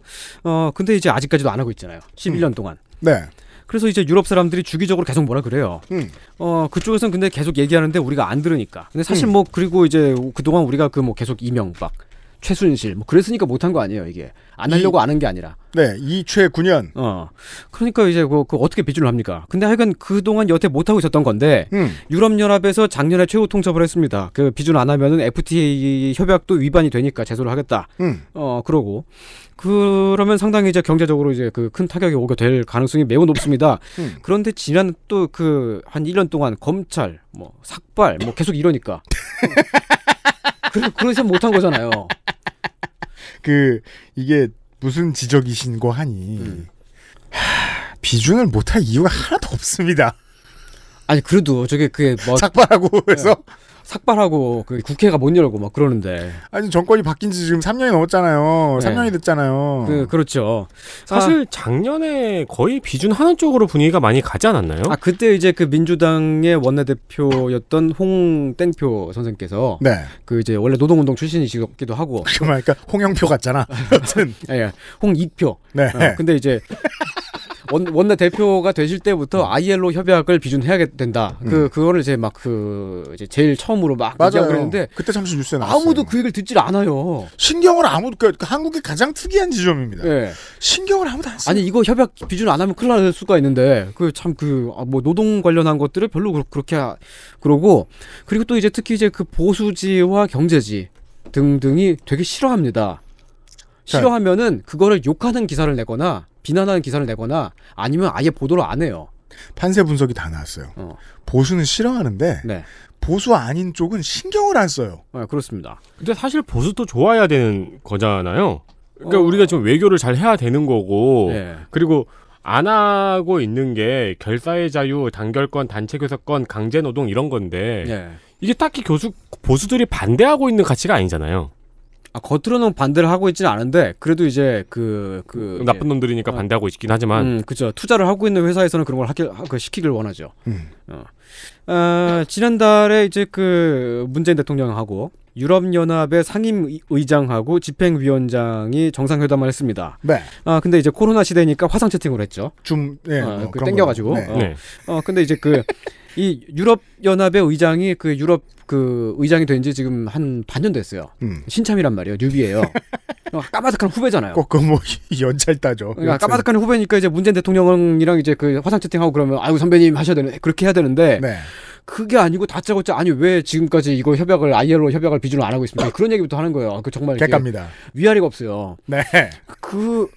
Speaker 10: 어, 근데 이제 아직까지도 안 하고 있잖아요. 11년 동안.
Speaker 2: 네.
Speaker 10: 그래서 이제 유럽 사람들이 주기적으로 계속 뭐라 그래요.
Speaker 2: 음.
Speaker 10: 어, 그쪽에서는 근데 계속 얘기하는데 우리가 안 들으니까. 근데 사실 뭐 그리고 이제 그동안 우리가 그 뭐 계속 이명박, 최순실 뭐 그랬으니까 못한 거 아니에요, 이게. 안 하려고 안 한 게 아니라.
Speaker 2: 네, 이최 9년.
Speaker 10: 어. 그러니까 이제 그, 그 어떻게 비준을 합니까? 근데 하여간 그동안 여태 못하고 있었던 건데,
Speaker 2: 음.
Speaker 10: 유럽연합에서 작년에 최후 통첩을 했습니다. 그 비준 안 하면은 FTA 협약도 위반이 되니까 제소를 하겠다.
Speaker 2: 음.
Speaker 10: 어, 그러고. 그러면 상당히 이제 경제적으로 이제 그 큰 타격이 오게 될 가능성이 매우 높습니다.
Speaker 2: 음.
Speaker 10: 그런데 지난 또 그 한 1년 동안 검찰, 뭐 삭발, 뭐 계속 이러니까. 그런, 그런 생각 못한 거잖아요.
Speaker 2: 그 이게 무슨 지적이신고 하니
Speaker 10: 음.
Speaker 2: 하, 비준을 못할 이유가 하나도 없습니다.
Speaker 10: 아니 그래도 저게 그게 뭐
Speaker 2: 삭발하고 해서
Speaker 10: 삭발하고 그 국회가 못 열고 막 그러는데
Speaker 2: 아니 정권이 바뀐 지 지금 3년이 넘었잖아요.
Speaker 10: 네.
Speaker 2: 3년이 됐잖아요.
Speaker 10: 그 그렇죠.
Speaker 3: 어. 사실 작년에 거의 비준하는 쪽으로 분위기가 많이 가지 않았나요?
Speaker 10: 아 그때 이제 그 민주당의 원내대표였던 홍땡표 선생께서
Speaker 2: 네.
Speaker 10: 그 이제 원래 노동운동 출신이시기도 하고
Speaker 2: 그러니까 홍영표 같잖아. 여튼
Speaker 10: 예, 홍익표.
Speaker 2: 네.
Speaker 10: 어, 근데 이제 원, 원내 대표가 되실 때부터
Speaker 2: 음.
Speaker 10: ILO 협약을 비준해야 된다. 그 그거를 이제 막 그 이제 제일 처음으로 막
Speaker 2: 맞아요.
Speaker 10: 얘기하고 그랬는데
Speaker 2: 그때 잠시 뉴스에 나왔어요.
Speaker 10: 아무도 그 얘기를 듣질 않아요.
Speaker 2: 신경을 아무도 그러니까 한국의 가장 특이한 지점입니다.
Speaker 10: 예.
Speaker 2: 신경을 아무도 안 써.
Speaker 10: 아니 이거 협약 비준 안 하면 큰일 날 수가 있는데 그 참 그 뭐 노동 관련한 것들을 별로 그렇- 그렇게 하- 그러고 그리고 또 이제 특히 이제 그 보수지와 경제지 등등이 되게 싫어합니다.
Speaker 2: 자.
Speaker 10: 싫어하면은 그거를 욕하는 기사를 내거나 비난하는 기사를 내거나 아니면 아예 보도를 안 해요.
Speaker 2: 판세 분석이 다 나왔어요. 보수는 싫어하는데
Speaker 10: 네.
Speaker 2: 보수 아닌 쪽은 신경을 안 써요.
Speaker 10: 아, 그렇습니다.
Speaker 3: 근데 사실 보수도 좋아야 되는 거잖아요. 그러니까 우리가 지금 외교를 잘 해야 되는 거고
Speaker 10: 예.
Speaker 3: 그리고 안 하고 있는 게 결사의 자유, 단결권, 단체 교섭권, 강제 노동 이런 건데
Speaker 10: 예.
Speaker 3: 이게 딱히 교수 보수들이 반대하고 있는 가치가 아니잖아요.
Speaker 10: 아, 겉으로는 반대를 하고 있지는 않은데 그래도 이제 그 그
Speaker 3: 나쁜 놈들이니까 반대하고 있긴 하지만
Speaker 10: 음, 그죠. 투자를 하고 있는 회사에서는 그런 걸 하기, 하- 그 시키길 원하죠.
Speaker 2: 음.
Speaker 10: 어. 아, 지난달에 이제 그 문재인 대통령하고 유럽연합의 상임의장하고 집행위원장이 정상회담을 했습니다.
Speaker 2: 네.
Speaker 10: 아, 근데 이제 코로나 시대니까 화상 채팅으로 했죠.
Speaker 2: 좀, 예, 뭐
Speaker 10: 그
Speaker 2: 그런
Speaker 10: 땡겨가지고.
Speaker 2: 거죠.
Speaker 10: 어.
Speaker 2: 네.
Speaker 10: 어, 근데 이제 그, 이 유럽연합의 의장이 그 유럽 그 의장이 된 지 지금 한 반년 됐어요.
Speaker 2: 음.
Speaker 10: 신참이란 말이에요. 뉴비예요 어, 까마득한 후배잖아요.
Speaker 2: 꼭그뭐 연찰 따죠.
Speaker 10: 그러니까
Speaker 2: 여튼.
Speaker 10: 까마득한 후배니까 이제 문재인 대통령이랑 이제 그 화상 채팅하고 그러면 아유 선배님 하셔야 되는 그렇게 해야 되는데
Speaker 2: 네.
Speaker 10: 그게 아니고 다짜고짜 아니 왜 지금까지 이거 협약을 ILO 협약을 비준을 안 하고 있습니까 그런 얘기부터 하는 거예요. 그 정말 이게
Speaker 2: 아. 객갑니다.
Speaker 10: 위아래가 없어요.
Speaker 2: 네.
Speaker 10: 그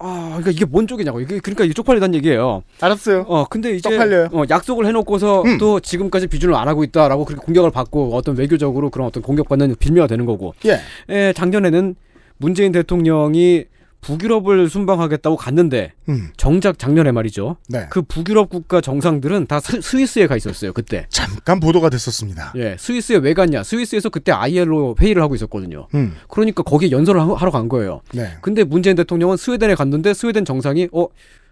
Speaker 10: 아, 그러니까 이게 뭔 쪽이냐고. 이게 그러니까 이게 쪽팔리다는 얘기예요.
Speaker 2: 알았어요.
Speaker 10: 어, 근데 이제
Speaker 2: 쪽팔려요. 음.
Speaker 10: 어, 약속을 해 놓고서 또 지금까지 비준을 안 하고 있다라고 그렇게 공격을 받고 어떤 외교적으로 그런 어떤 공격받는 빌미가 되는 거고.
Speaker 2: 예.
Speaker 10: 예, 작년에는 문재인 대통령이 북유럽을 순방하겠다고 갔는데
Speaker 2: 음.
Speaker 10: 정작 작년에 말이죠.
Speaker 2: 네.
Speaker 10: 그 북유럽 국가 정상들은 다 스, 스위스에 가 있었어요 그때.
Speaker 2: 잠깐 보도가 됐었습니다.
Speaker 10: 예, 스위스에 왜 갔냐? 스위스에서 그때 ILO 회의를 하고 있었거든요.
Speaker 2: 음.
Speaker 10: 그러니까 거기에 연설을 하- 하러 간 거예요.
Speaker 2: 네.
Speaker 10: 근데 문재인 대통령은 스웨덴에 갔는데 스웨덴 정상이 어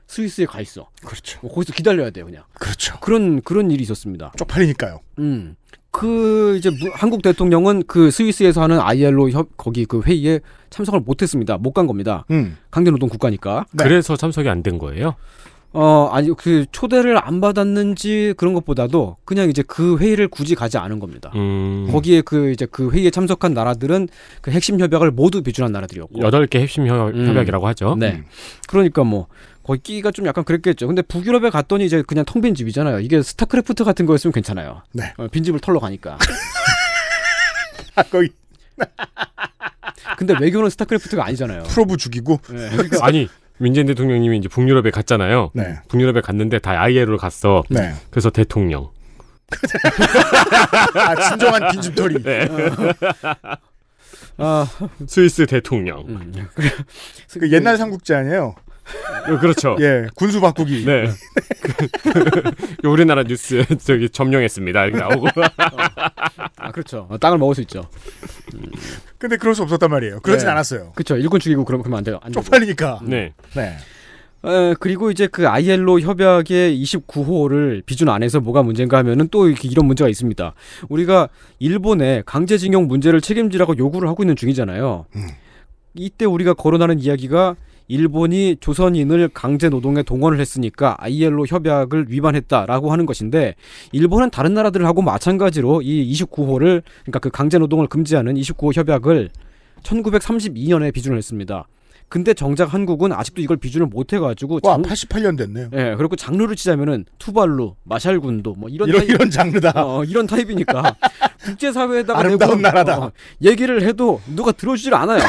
Speaker 10: 스위스에 가 있어.
Speaker 2: 그렇죠.
Speaker 10: 거기서 기다려야 돼요 그냥.
Speaker 2: 그렇죠. 그렇죠.
Speaker 10: 그런 그런 일이 있었습니다.
Speaker 2: 쪽팔리니까요.
Speaker 10: 음. 그 이제 무- 한국 대통령은 그 스위스에서 하는 ILO 협 거기 그 회의에 참석을 못 했습니다. 못 간 겁니다.
Speaker 2: 음.
Speaker 10: 강제노동 국가니까.
Speaker 3: 그래서 참석이 안 된 거예요?
Speaker 10: 어, 아니, 그, 초대를 안 받았는지 그런 것보다도 그냥 이제 그 회의를 굳이 가지 않은 겁니다.
Speaker 3: 아, 음.
Speaker 10: 거기에 그, 이제 그 회의에 참석한 나라들은 그 핵심 협약을 모두 비준한 나라들이었고.
Speaker 3: 여덟 음. 개 핵심 협, 약이라고 하죠.
Speaker 10: 네. 그러니까 뭐, 거기 끼기가 좀 약간 그랬겠죠. 근데 북유럽에 갔더니 이제 그냥 텅 빈 집이잖아요. 이게 스타크래프트 같은 거였으면 괜찮아요.
Speaker 2: 네.
Speaker 10: 어, 빈집을 털러 가니까.
Speaker 2: 아, 거기.
Speaker 10: 근데 외교는 스타크래프트가 아니잖아요. 네.
Speaker 2: 프로브 죽이고.
Speaker 3: 아니 민재인 대통령님이 이제 북유럽에 갔잖아요.
Speaker 10: 음.
Speaker 2: 네.
Speaker 3: 북유럽에 갔는데 다 ILO를 갔어.
Speaker 2: 네.
Speaker 3: 그래서 대통령.
Speaker 10: 네.
Speaker 2: 아, 진정한 빈집털이.
Speaker 3: 네.
Speaker 10: 아,
Speaker 3: 스위스
Speaker 10: 음.
Speaker 3: 대통령.
Speaker 2: 그 옛날 삼국지 아니에요?
Speaker 3: 어, 그렇죠.
Speaker 2: 예, 군수 바꾸기.
Speaker 3: 네. 그, 요 우리나라 뉴스 저기 점령했습니다. 이렇게 나오고.
Speaker 10: 아, 그렇죠. 어, 땅을 먹을 수 있죠.
Speaker 2: 근데 그럴 수 없었단 말이에요. 그러진
Speaker 10: 네.
Speaker 2: 않았어요.
Speaker 10: 그렇죠. 일꾼 죽이고 그러면 그러면 안 돼요. 안 되고.
Speaker 2: 쪽팔리니까.
Speaker 3: 네.
Speaker 2: 네.
Speaker 10: 에, 그리고 이제 그 ILO 협약의 29호를 비준 안에서 뭐가 문제인가 하면은 또 이렇게 이런 문제가 있습니다. 우리가 일본에 강제징용 문제를 책임지라고 요구를 하고 있는 중이잖아요.
Speaker 2: 음.
Speaker 10: 이때 우리가 거론하는 이야기가 일본이 조선인을 강제 노동에 동원을 했으니까 ILO 협약을 위반했다라고 하는 것인데 일본은 다른 나라들하고 마찬가지로 이 29호를 그러니까 그 강제 노동을 금지하는 29호 협약을 1932년에 비준을 했습니다. 근데 정작 한국은 아직도 이걸 비준을 못 해가지고
Speaker 2: 와, 88년 됐네요.
Speaker 10: 예, 그리고 장르를 치자면은 투발루, 마샬군도 뭐 이런
Speaker 2: 이런-
Speaker 10: 타입,
Speaker 2: 이런 장르다.
Speaker 10: 어, 이런 타입이니까 국제사회에다가
Speaker 2: 아름다운
Speaker 10: 내고,
Speaker 2: 나라다.
Speaker 10: 어, 얘기를 해도 누가 들어주질 않아요.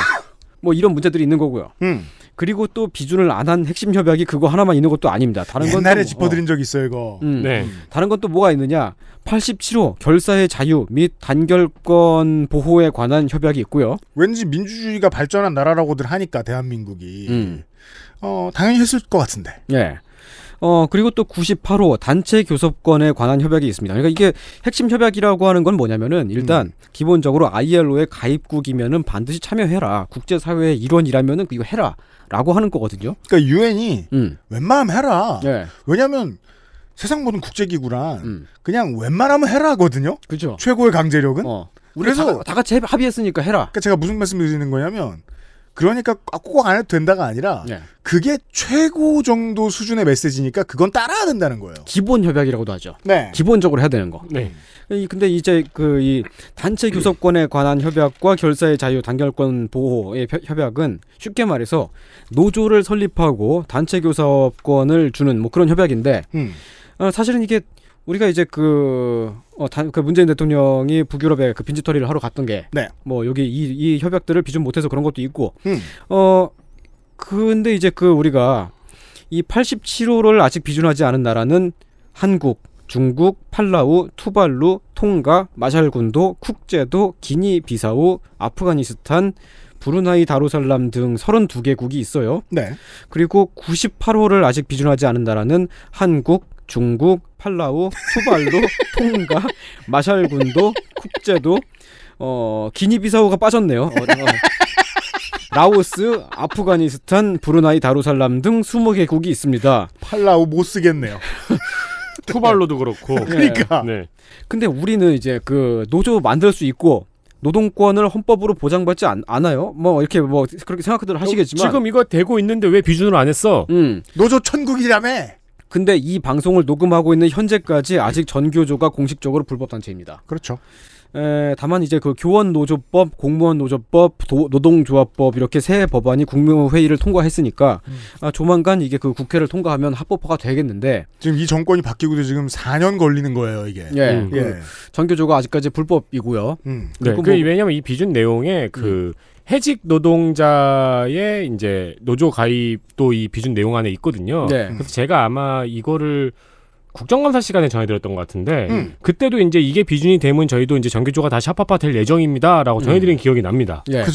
Speaker 10: 뭐 이런 문제들이 있는 거고요.
Speaker 2: 음.
Speaker 10: 그리고 또 비준을 안 한 핵심 협약이 그거 하나만 있는 것도 아닙니다. 다른 건
Speaker 2: 옛날에
Speaker 10: 또 뭐- 어.
Speaker 2: 짚어드린 적 있어요, 이거.
Speaker 10: 음.
Speaker 3: 네.
Speaker 10: 다른 건 또 뭐가 있느냐? 87호 결사의 자유 및 단결권 보호에 관한 협약이 있고요.
Speaker 2: 왠지 민주주의가 발전한 나라라고들 하니까 대한민국이
Speaker 10: 음.
Speaker 2: 어 당연히 했을 것 같은데.
Speaker 10: 예. 어 그리고 또 98호 단체 교섭권에 관한 협약이 있습니다. 그러니까 이게 핵심 협약이라고 하는 건 뭐냐면은 일단 기본적으로 ILO의 가입국이면은 반드시 참여해라. 국제 사회의 일원이라면은 이거 해라라고 하는 거거든요.
Speaker 2: 그러니까 유엔이
Speaker 10: 음.
Speaker 2: 웬만하면 해라.
Speaker 10: 예.
Speaker 2: 왜냐하면 세상 모든
Speaker 10: 음.
Speaker 2: 국제기구란 그냥 웬만하면 해라거든요.
Speaker 10: 그죠.
Speaker 2: 최고의 강제력은.
Speaker 10: 어. 우리 다, 다 같이 합의했으니까 해라.
Speaker 2: 그러니까 제가 무슨 말씀 드리는 거냐면 그러니까 꼭 안 해도 된다가 아니라 그게 최고 정도 수준의 메시지니까 그건 따라야 된다는 거예요.
Speaker 10: 기본 협약이라고도 하죠.
Speaker 2: 네.
Speaker 10: 기본적으로 해야 되는 거.
Speaker 3: 네.
Speaker 10: 이- 근데 이제 그 이 단체 교섭권에 관한 협약과 결사의 자유 단결권 보호의 펴- 협약은 쉽게 말해서 노조를 설립하고 단체 교섭권을 주는 뭐 그런 협약인데
Speaker 2: 음.
Speaker 10: 어, 사실은 이게 우리가 이제 그, 어, 단, 그 문재인 대통령이 북유럽에 그 빈지털이를 하러 갔던 게,
Speaker 2: 네.
Speaker 10: 뭐 여기 이, 이 협약들을 비준 못해서 그런 것도 있고,
Speaker 2: 음.
Speaker 10: 어, 근데 이제 그 우리가 이 87호를 아직 비준하지 않은 나라는 한국, 중국, 팔라우, 투발루, 통가, 마샬군도, 쿡제도, 기니 비사우, 아프가니스탄, 브루나이 다루살람 등 32개국이 있어요.
Speaker 2: 네.
Speaker 10: 그리고 98호를 아직 비준하지 않은 나라는 한국, 중국, 팔라우, 투발루, 통가, 마샬군도, 쿡제도, 어, 기니비사우가 빠졌네요. 어, 어. 라오스, 아프가니스탄, 브루나이 다루살람 등 20개국이 있습니다.
Speaker 2: 팔라우 못 쓰겠네요.
Speaker 3: 투발로도 그렇고.
Speaker 10: 아,
Speaker 2: 그러니까.
Speaker 3: 네.
Speaker 10: 근데 우리는 이제 그 노조 만들 수 있고 노동권을 헌법으로 보장받지 않, 않아요? 뭐 이렇게 뭐 그렇게 생각들 하시겠지만
Speaker 3: 지금 이거 되고 있는데 왜 비준을 안 했어?
Speaker 10: 음.
Speaker 2: 노조 천국이라며.
Speaker 10: 근데 이 방송을 녹음하고 있는 현재까지 아직 전교조가 공식적으로 불법 단체입니다.
Speaker 2: 그렇죠.
Speaker 10: 에, 다만 이제 그 교원 노조법, 공무원 노조법, 도- 노동조합법 이렇게 세 법안이 국무회의를 통과했으니까
Speaker 3: 음.
Speaker 10: 아, 조만간 이게 그 국회를 통과하면 합법화가 되겠는데
Speaker 2: 지금 이 정권이 바뀌고도 지금 4년 걸리는 거예요, 음. 이게.
Speaker 10: 예,
Speaker 3: 음.
Speaker 10: 그
Speaker 3: 예.
Speaker 10: 전교조가 아직까지 불법이고요.
Speaker 3: 네,
Speaker 10: 그리고
Speaker 3: 그
Speaker 10: 뭐- 음.
Speaker 3: 왜냐면 이 비준 내용에 그 해직 노동자의 이제 노조 가입도 이 비준 내용 안에 있거든요.
Speaker 10: 네.
Speaker 3: 그래서 제가 아마 이거를 국정감사 시간에 전해드렸던 것 같은데
Speaker 10: 음.
Speaker 3: 그때도 이제 이게 비준이 되면 저희도 이제 정규조가 다시 합법화 될 예정입니다라고 전해드린 기억이 납니다.
Speaker 2: 네.
Speaker 10: 예.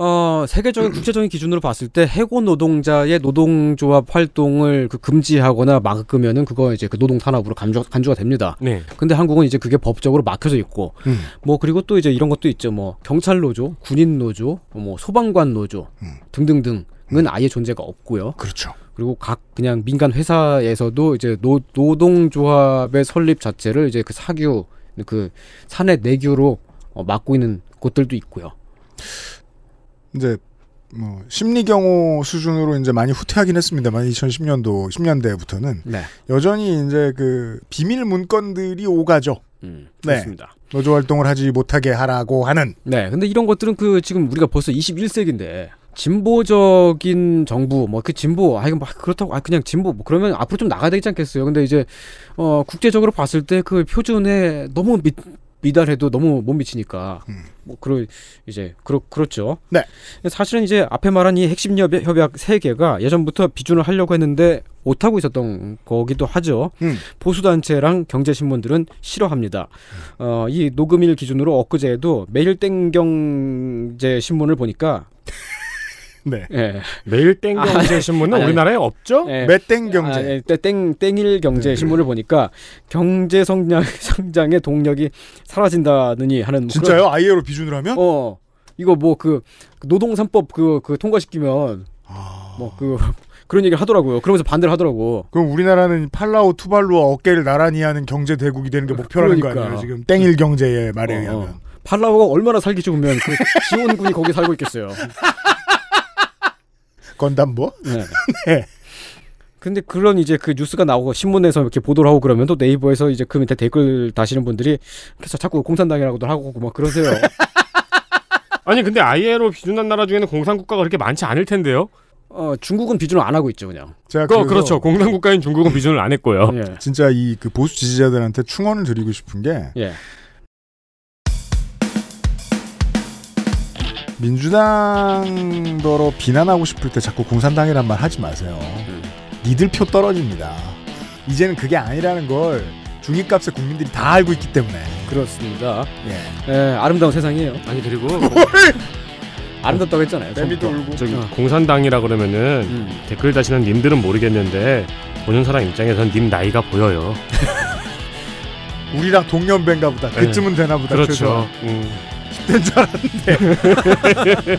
Speaker 10: 어, 세계적인 국제적인 기준으로 봤을 때 해고 노동자의 노동조합 활동을 그 금지하거나 막으면은 그거 이제 그 노동 탄압으로 간주, 간주가 됩니다.
Speaker 3: 네.
Speaker 10: 근데 한국은 이제 그게 법적으로 막혀져 있고
Speaker 2: 음.
Speaker 10: 뭐 그리고 또 이제 이런 것도 있죠. 뭐 경찰 노조, 군인 노조, 뭐 소방관 노조 등등등은 아예 존재가 없고요.
Speaker 2: 그렇죠.
Speaker 10: 그리고 각 그냥 민간 회사에서도 이제 노, 노동조합의 설립 자체를 이제 그 사규 그 사내 내규로 어, 막고 있는 곳들도 있고요.
Speaker 2: 이제 뭐 심리 경호 수준으로 이제 많이 후퇴하긴 했습니다만 2010년도 10년대부터는
Speaker 10: 네.
Speaker 2: 여전히 이제 그 비밀 문건들이 오가죠.
Speaker 10: 음,
Speaker 2: 네.
Speaker 10: 그렇습니다.
Speaker 2: 노조 활동을 하지 못하게 하라고 하는
Speaker 10: 네. 근데 이런 것들은 그 지금 우리가 벌써 21세기인데 진보적인 정부 뭐 그 진보 아 이거 막 그렇다고 아 그냥 진보 뭐 그러면 앞으로 좀 나가야 되지 않겠어요. 근데 이제 어 국제적으로 봤을 때 그 표준에 너무 미, 미달해도 너무 못 미치니까 뭐 그러 이제 그렇 그렇죠.
Speaker 2: 네.
Speaker 10: 사실은 이제 앞에 말한 이 핵심 협약, 협약 3개가 예전부터 비준을 하려고 했는데 못하고 있었던 거기도 하죠. 보수단체랑 경제신문들은 싫어합니다. 어, 이 녹음일 기준으로 엊그제에도 매일 땡경제 신문을 보니까
Speaker 2: 네.
Speaker 10: 예.
Speaker 3: 매일 땡경제 신문은 우리나라에 없죠?
Speaker 10: 네. 아,
Speaker 2: 매땡경제.
Speaker 10: 예.
Speaker 2: 네.
Speaker 10: 땡 땡일 경제 신문을 보니까 경제 성장 성장의 동력이 사라진다느니 하는 뭐
Speaker 2: 진짜요?
Speaker 10: 그런-
Speaker 2: ILO 비준으로 하면?
Speaker 10: 어. 이거 뭐 그 노동산법 그 그 통과시키면 뭐 그 그런 얘기를 하더라고요. 그러면서 반대를 하더라고.
Speaker 2: 아, 그럼 우리나라는 팔라우 투발루와 어깨를 나란히 하는 경제 대국이 되는 게 목표라는 거
Speaker 10: 그러니까. 어,
Speaker 2: 아니에요? 지금 땡일 경제의 말에 의하면
Speaker 10: 팔라우가 얼마나 살기 좋으면 그 지원군이 거기 살고 있겠어요.
Speaker 2: 건담보.
Speaker 10: 네. 근데 그런 이제 그 뉴스가 나오고 신문에서 이렇게 보도를 하고 그러면 또 네이버에서 이제 그 밑에 댓글 다시는 분들이 그래서 자꾸 공산당이라고도 하고 막 그러세요.
Speaker 3: 아니 근데 ILO 비준한 나라 중에는 공산국가가 그렇게 많지 않을 텐데요.
Speaker 10: 어 중국은 비준을 안 하고 있죠 그냥. 예.
Speaker 2: 제가
Speaker 3: 그,
Speaker 2: 그래서-
Speaker 3: 그렇죠. 공산국가인 중국은 비준을 안 했고요.
Speaker 2: 진짜 이 그 보수 지지자들한테 충원을 드리고 싶은 게
Speaker 10: 예.
Speaker 2: 민주당더러 비난하고 싶을 때 자꾸 공산당이란 말 하지 마세요.
Speaker 3: 음.
Speaker 2: 니들 표 떨어집니다. 이제는 그게 아니라는 걸 중위값의 국민들이 다 알고 있기 때문에.
Speaker 10: 그렇습니다. 예, 아름다운 세상이에요.
Speaker 3: 아니 그리고
Speaker 10: 아름답다고 했잖아요. 처음부터. 음.
Speaker 3: 저기 공산당이라 그러면은 댓글 다시는 님들은 모르겠는데 보는 사람 입장에선 님 나이가 보여요.
Speaker 2: 우리랑 동년배인가 보다.
Speaker 3: 네.
Speaker 2: 그쯤은 되나 보다.
Speaker 3: 그렇죠. 음.
Speaker 2: 10대인 줄 알았는데.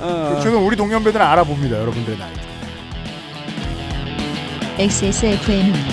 Speaker 10: 아.
Speaker 2: 저는 우리 동년배들은 알아봅니다. 여러분들의 나이.
Speaker 1: XSFM입니다.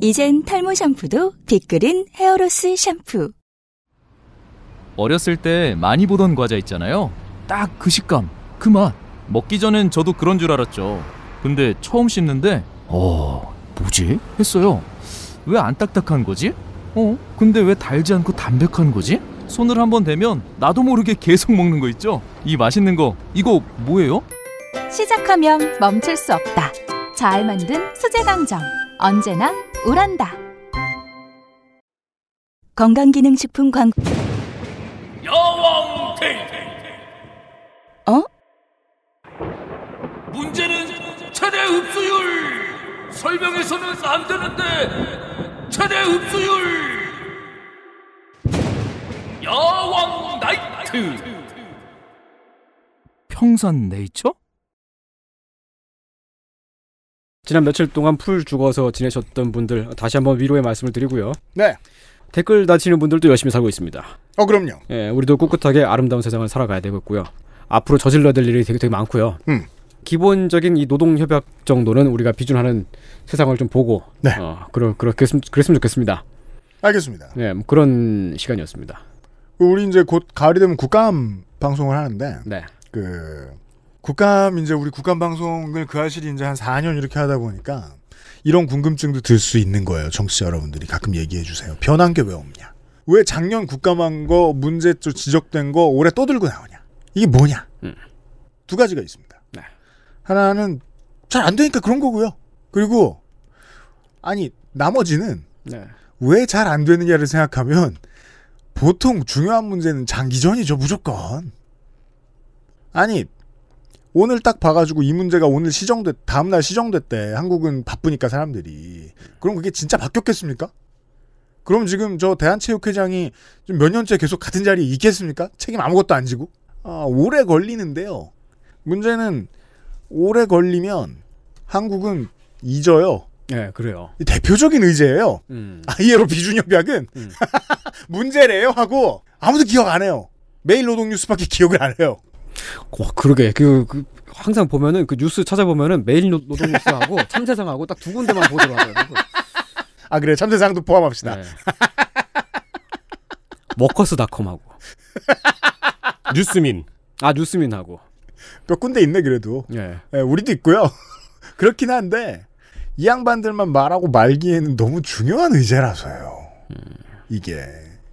Speaker 9: 이젠 탈모 샴푸도 빅그린 헤어로스 샴푸
Speaker 7: 어렸을 때 많이 보던 과자 있잖아요. 딱 그 식감, 그 맛. 먹기 전엔 저도 그런 줄 알았죠. 근데 처음 씹는데, 어, 뭐지? 했어요. 왜 안 딱딱한 거지? 어, 근데 왜 달지 않고 담백한 거지? 손을 한번 대면 나도 모르게 계속 먹는 거 있죠? 이 맛있는 거, 이거 뭐예요?
Speaker 12: 시작하면 멈출 수 없다. 잘 만든 수제 강정. 언제나 우란다.
Speaker 9: 건강기능식품 광
Speaker 11: 야왕 테이프
Speaker 9: 어?
Speaker 11: 문제는 최대 흡수율 설명해서는 안 되는데 최대 흡수율 야왕 나이트
Speaker 7: 평산 네이처?
Speaker 10: 지난 며칠 동안 풀 죽어서 지내셨던 분들 다시 한번 위로의 말씀을 드리고요.
Speaker 2: 네.
Speaker 10: 댓글 다치는 분들도 열심히 살고 있습니다.
Speaker 2: 어 그럼요.
Speaker 10: 예, 우리도 꿋꿋하게 아름다운 세상을 살아가야 되겠고요. 앞으로 저질러야 될 일이 되게 되게 많고요.
Speaker 2: 음.
Speaker 10: 기본적인 이 노동 협약 정도는 우리가 비준하는 세상을 좀 보고 어, 그러, 그러, 그랬으면, 그랬으면 좋겠습니다.
Speaker 2: 알겠습니다.
Speaker 10: 예, 뭐 그런 시간이었습니다.
Speaker 2: 우리 이제 곧 가을이 되면 국감 방송을 하는데.
Speaker 10: 네.
Speaker 2: 그 국감 이제 우리 국감 방송을 그 아실이 이제 한 4년 이렇게 하다 보니까 이런 궁금증도 들 수 있는 거예요. 정치자 여러분들이 가끔 얘기해 주세요. 변한 게 왜 없냐? 왜 작년 국감한 거 문제 좀 지적된 거 올해 또 들고 나오냐? 이게 뭐냐? 두 가지가 있습니다. 하나는 잘 안 되니까 그런 거고요. 그리고 아니 나머지는
Speaker 10: 네.
Speaker 2: 왜 잘 안 되느냐를 생각하면 보통 중요한 문제는 장기전이죠, 무조건. 아니, 오늘 딱 봐가지고 이 문제가 오늘 시정됐, 다음날 시정됐대. 한국은 바쁘니까 사람들이. 그럼 그게 진짜 바뀌었겠습니까? 그럼 지금 저 대한체육회장이 지금 몇 년째 계속 같은 자리에 있겠습니까? 책임 아무것도 안 지고? 아, 오래 걸리는데요. 문제는 오래 걸리면 한국은 잊어요.
Speaker 10: 예, 그래요.
Speaker 2: 이 대표적인 의제예요.
Speaker 10: 음.
Speaker 2: 아이에로 비준협약은 문제래요 하고 아무도 기억 안 해요. 매일 노동 뉴스밖에 기억을 안 해요.
Speaker 10: 와, 그러게. 그, 그 항상 보면은 그 뉴스 찾아보면은 매일 노- 노동 뉴스하고 참새상하고 딱 두 군데만 보도록 하더라고요.
Speaker 2: 아, 그래. 참새상도
Speaker 10: 네.
Speaker 2: 포함합시다.
Speaker 10: 머커스닷컴하고
Speaker 3: 뉴스민.
Speaker 10: 아, 뉴스민하고.
Speaker 2: 몇 군데 있네 그래도.
Speaker 10: 예.
Speaker 2: 예, 우리도 있고요. 그렇긴 한데 이 양반들만 말하고 말기에는 너무 중요한 의제라서요. 이게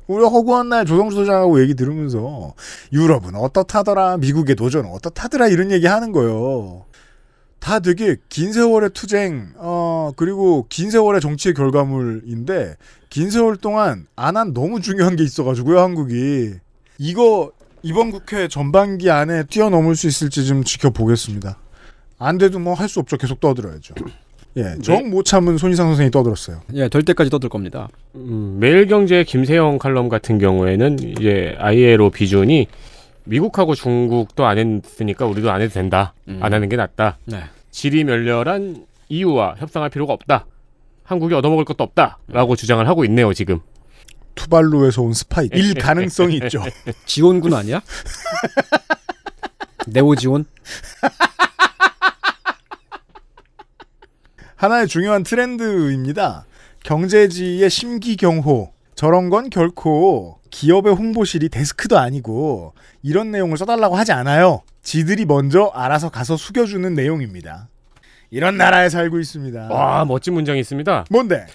Speaker 2: 우리 허구한 날 조성주 소장하고 얘기 들으면서 유럽은 어떻다더라, 미국의 도전은 어떻다더라 이런 얘기 하는 거예요. 다 되게 긴 세월의 투쟁, 어 그리고 긴 세월의 정치의 결과물인데 긴 세월 동안 안 한 너무 중요한 게 있어가지고요 한국이 이거 이번 국회 전반기 안에 뛰어넘을 수 있을지 좀 지켜보겠습니다. 안 돼도 뭐 할 수 없죠. 계속 떠들어야죠. 예, 정 못 참은 손희상 선생이 떠들었어요.
Speaker 10: 예, 될 때까지 떠들 겁니다.
Speaker 3: 음, 매일경제 김세영 칼럼 같은 경우에는 이제 ILO 비준이 미국하고 중국도 안 했으니까 우리도 안 해도 된다. 안 하는 게 낫다.
Speaker 10: 네.
Speaker 3: 질이 멸렬한 EU와 협상할 필요가 없다. 한국이 얻어먹을 것도 없다라고 주장을 하고 있네요 지금.
Speaker 2: 투발루에서 온 스파이 일 가능성이 있죠.
Speaker 10: 지원군 아니야? 네오지온?
Speaker 2: 하나의 중요한 트렌드입니다. 경제지의 심기경호. 저런 건 결코 기업의 홍보실이 데스크도 아니고 이런 내용을 써달라고 하지 않아요. 지들이 먼저 알아서 가서 숙여주는 내용입니다. 이런 나라에 살고 있습니다.
Speaker 3: 와 멋진 문장이 있습니다.
Speaker 2: 뭔데?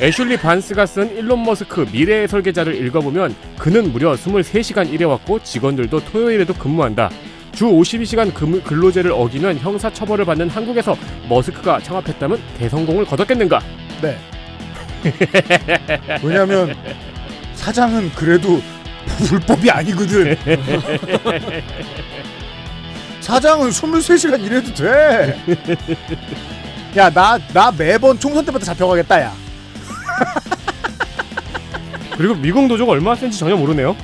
Speaker 3: 애슐리 반스가 쓴 일론 머스크 미래의 설계자를 읽어보면 그는 무려 23시간 일해왔고 직원들도 토요일에도 근무한다. 주 52시간 금- 근로제를 어기면 형사 처벌을 받는 한국에서 머스크가 창업했다면 대성공을 거뒀겠는가?
Speaker 2: 네. 왜냐면 사장은 그래도 불법이 아니거든. 사장은 23시간 일해도 돼. 야, 나, 나 매번 총선 때부터 잡혀가겠다, 야.
Speaker 3: 그리고 미국 노조가 얼마나 센지 전혀 모르네요.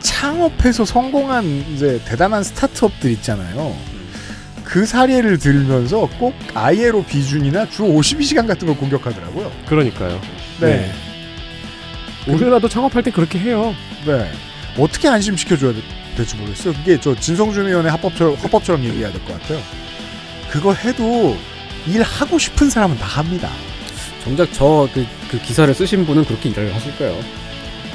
Speaker 2: 창업해서 성공한 이제 대단한 스타트업들 있잖아요. 그 사례를 들면서 꼭 ILO 비준이나 주 52시간 같은 걸 공격하더라고요.
Speaker 3: 그러니까요.
Speaker 2: 네.
Speaker 3: 우리나라도 창업할 때 그렇게 해요.
Speaker 2: 네. 어떻게 안심시켜줘야 되- 될지 모르겠어요. 그게 저 진성준 의원의 합법처럼, 합법처럼 얘기해야 될 것 같아요. 그거 해도 일 하고 싶은 사람은 다 합니다.
Speaker 10: 정작 저 그 기사를 쓰신 분은 그렇게 일을 하실 거예요.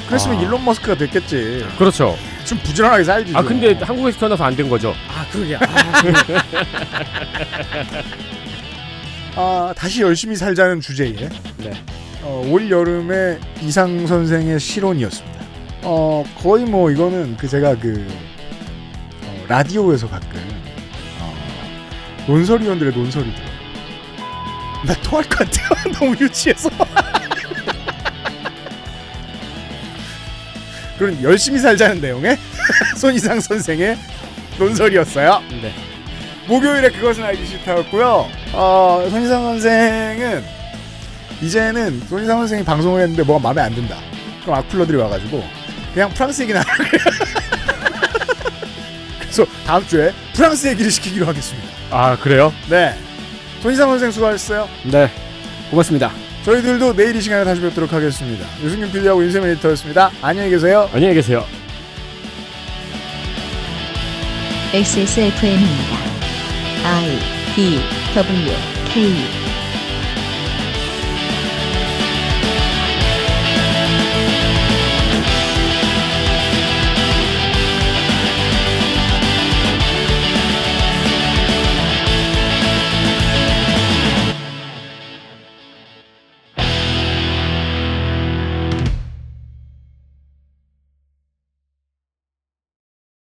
Speaker 2: 그랬으면
Speaker 10: 아.
Speaker 2: 일론 머스크가 됐겠지.
Speaker 3: 그렇죠.
Speaker 2: 좀 부지런하게 살지.
Speaker 3: 아
Speaker 2: 좀.
Speaker 3: 근데 한국에서 태어나서 안 된 거죠.
Speaker 10: 아 그러게.
Speaker 2: 아, 다시 열심히 살자는 주제에 어, 올 여름에 이상 선생의 실온이었습니다. 어, 거의 뭐 이거는 그 제가 그 어, 라디오에서 가끔 어, 논설위원들의 논설이들 나 토할 것 같아요. 너무 유치해서. 그런 열심히 살자는 내용의 손이상 선생의 논설이었어요.
Speaker 10: 네.
Speaker 2: 목요일에 그것은 알기 싫다였고요. 어, 손희상 선생은 이제는 손희상 선생이 방송을 했는데 뭐가 마음에 안 든다. 그럼 악플러들이 와가지고 그냥 프랑스 얘기나 하라 그래요. 그래서 다음 주에 프랑스 얘기를 시키기로 하겠습니다.
Speaker 3: 아 그래요?
Speaker 2: 네. 손희상 선생 수고하셨어요.
Speaker 10: 네. 고맙습니다.
Speaker 2: 저희들도 내일 이 시간에 다시 뵙도록 하겠습니다. 유승균 PD하고 윤세민 에디터였습니다. 안녕히 계세요.
Speaker 3: 안녕히 계세요.
Speaker 1: XSFM입니다. I D W K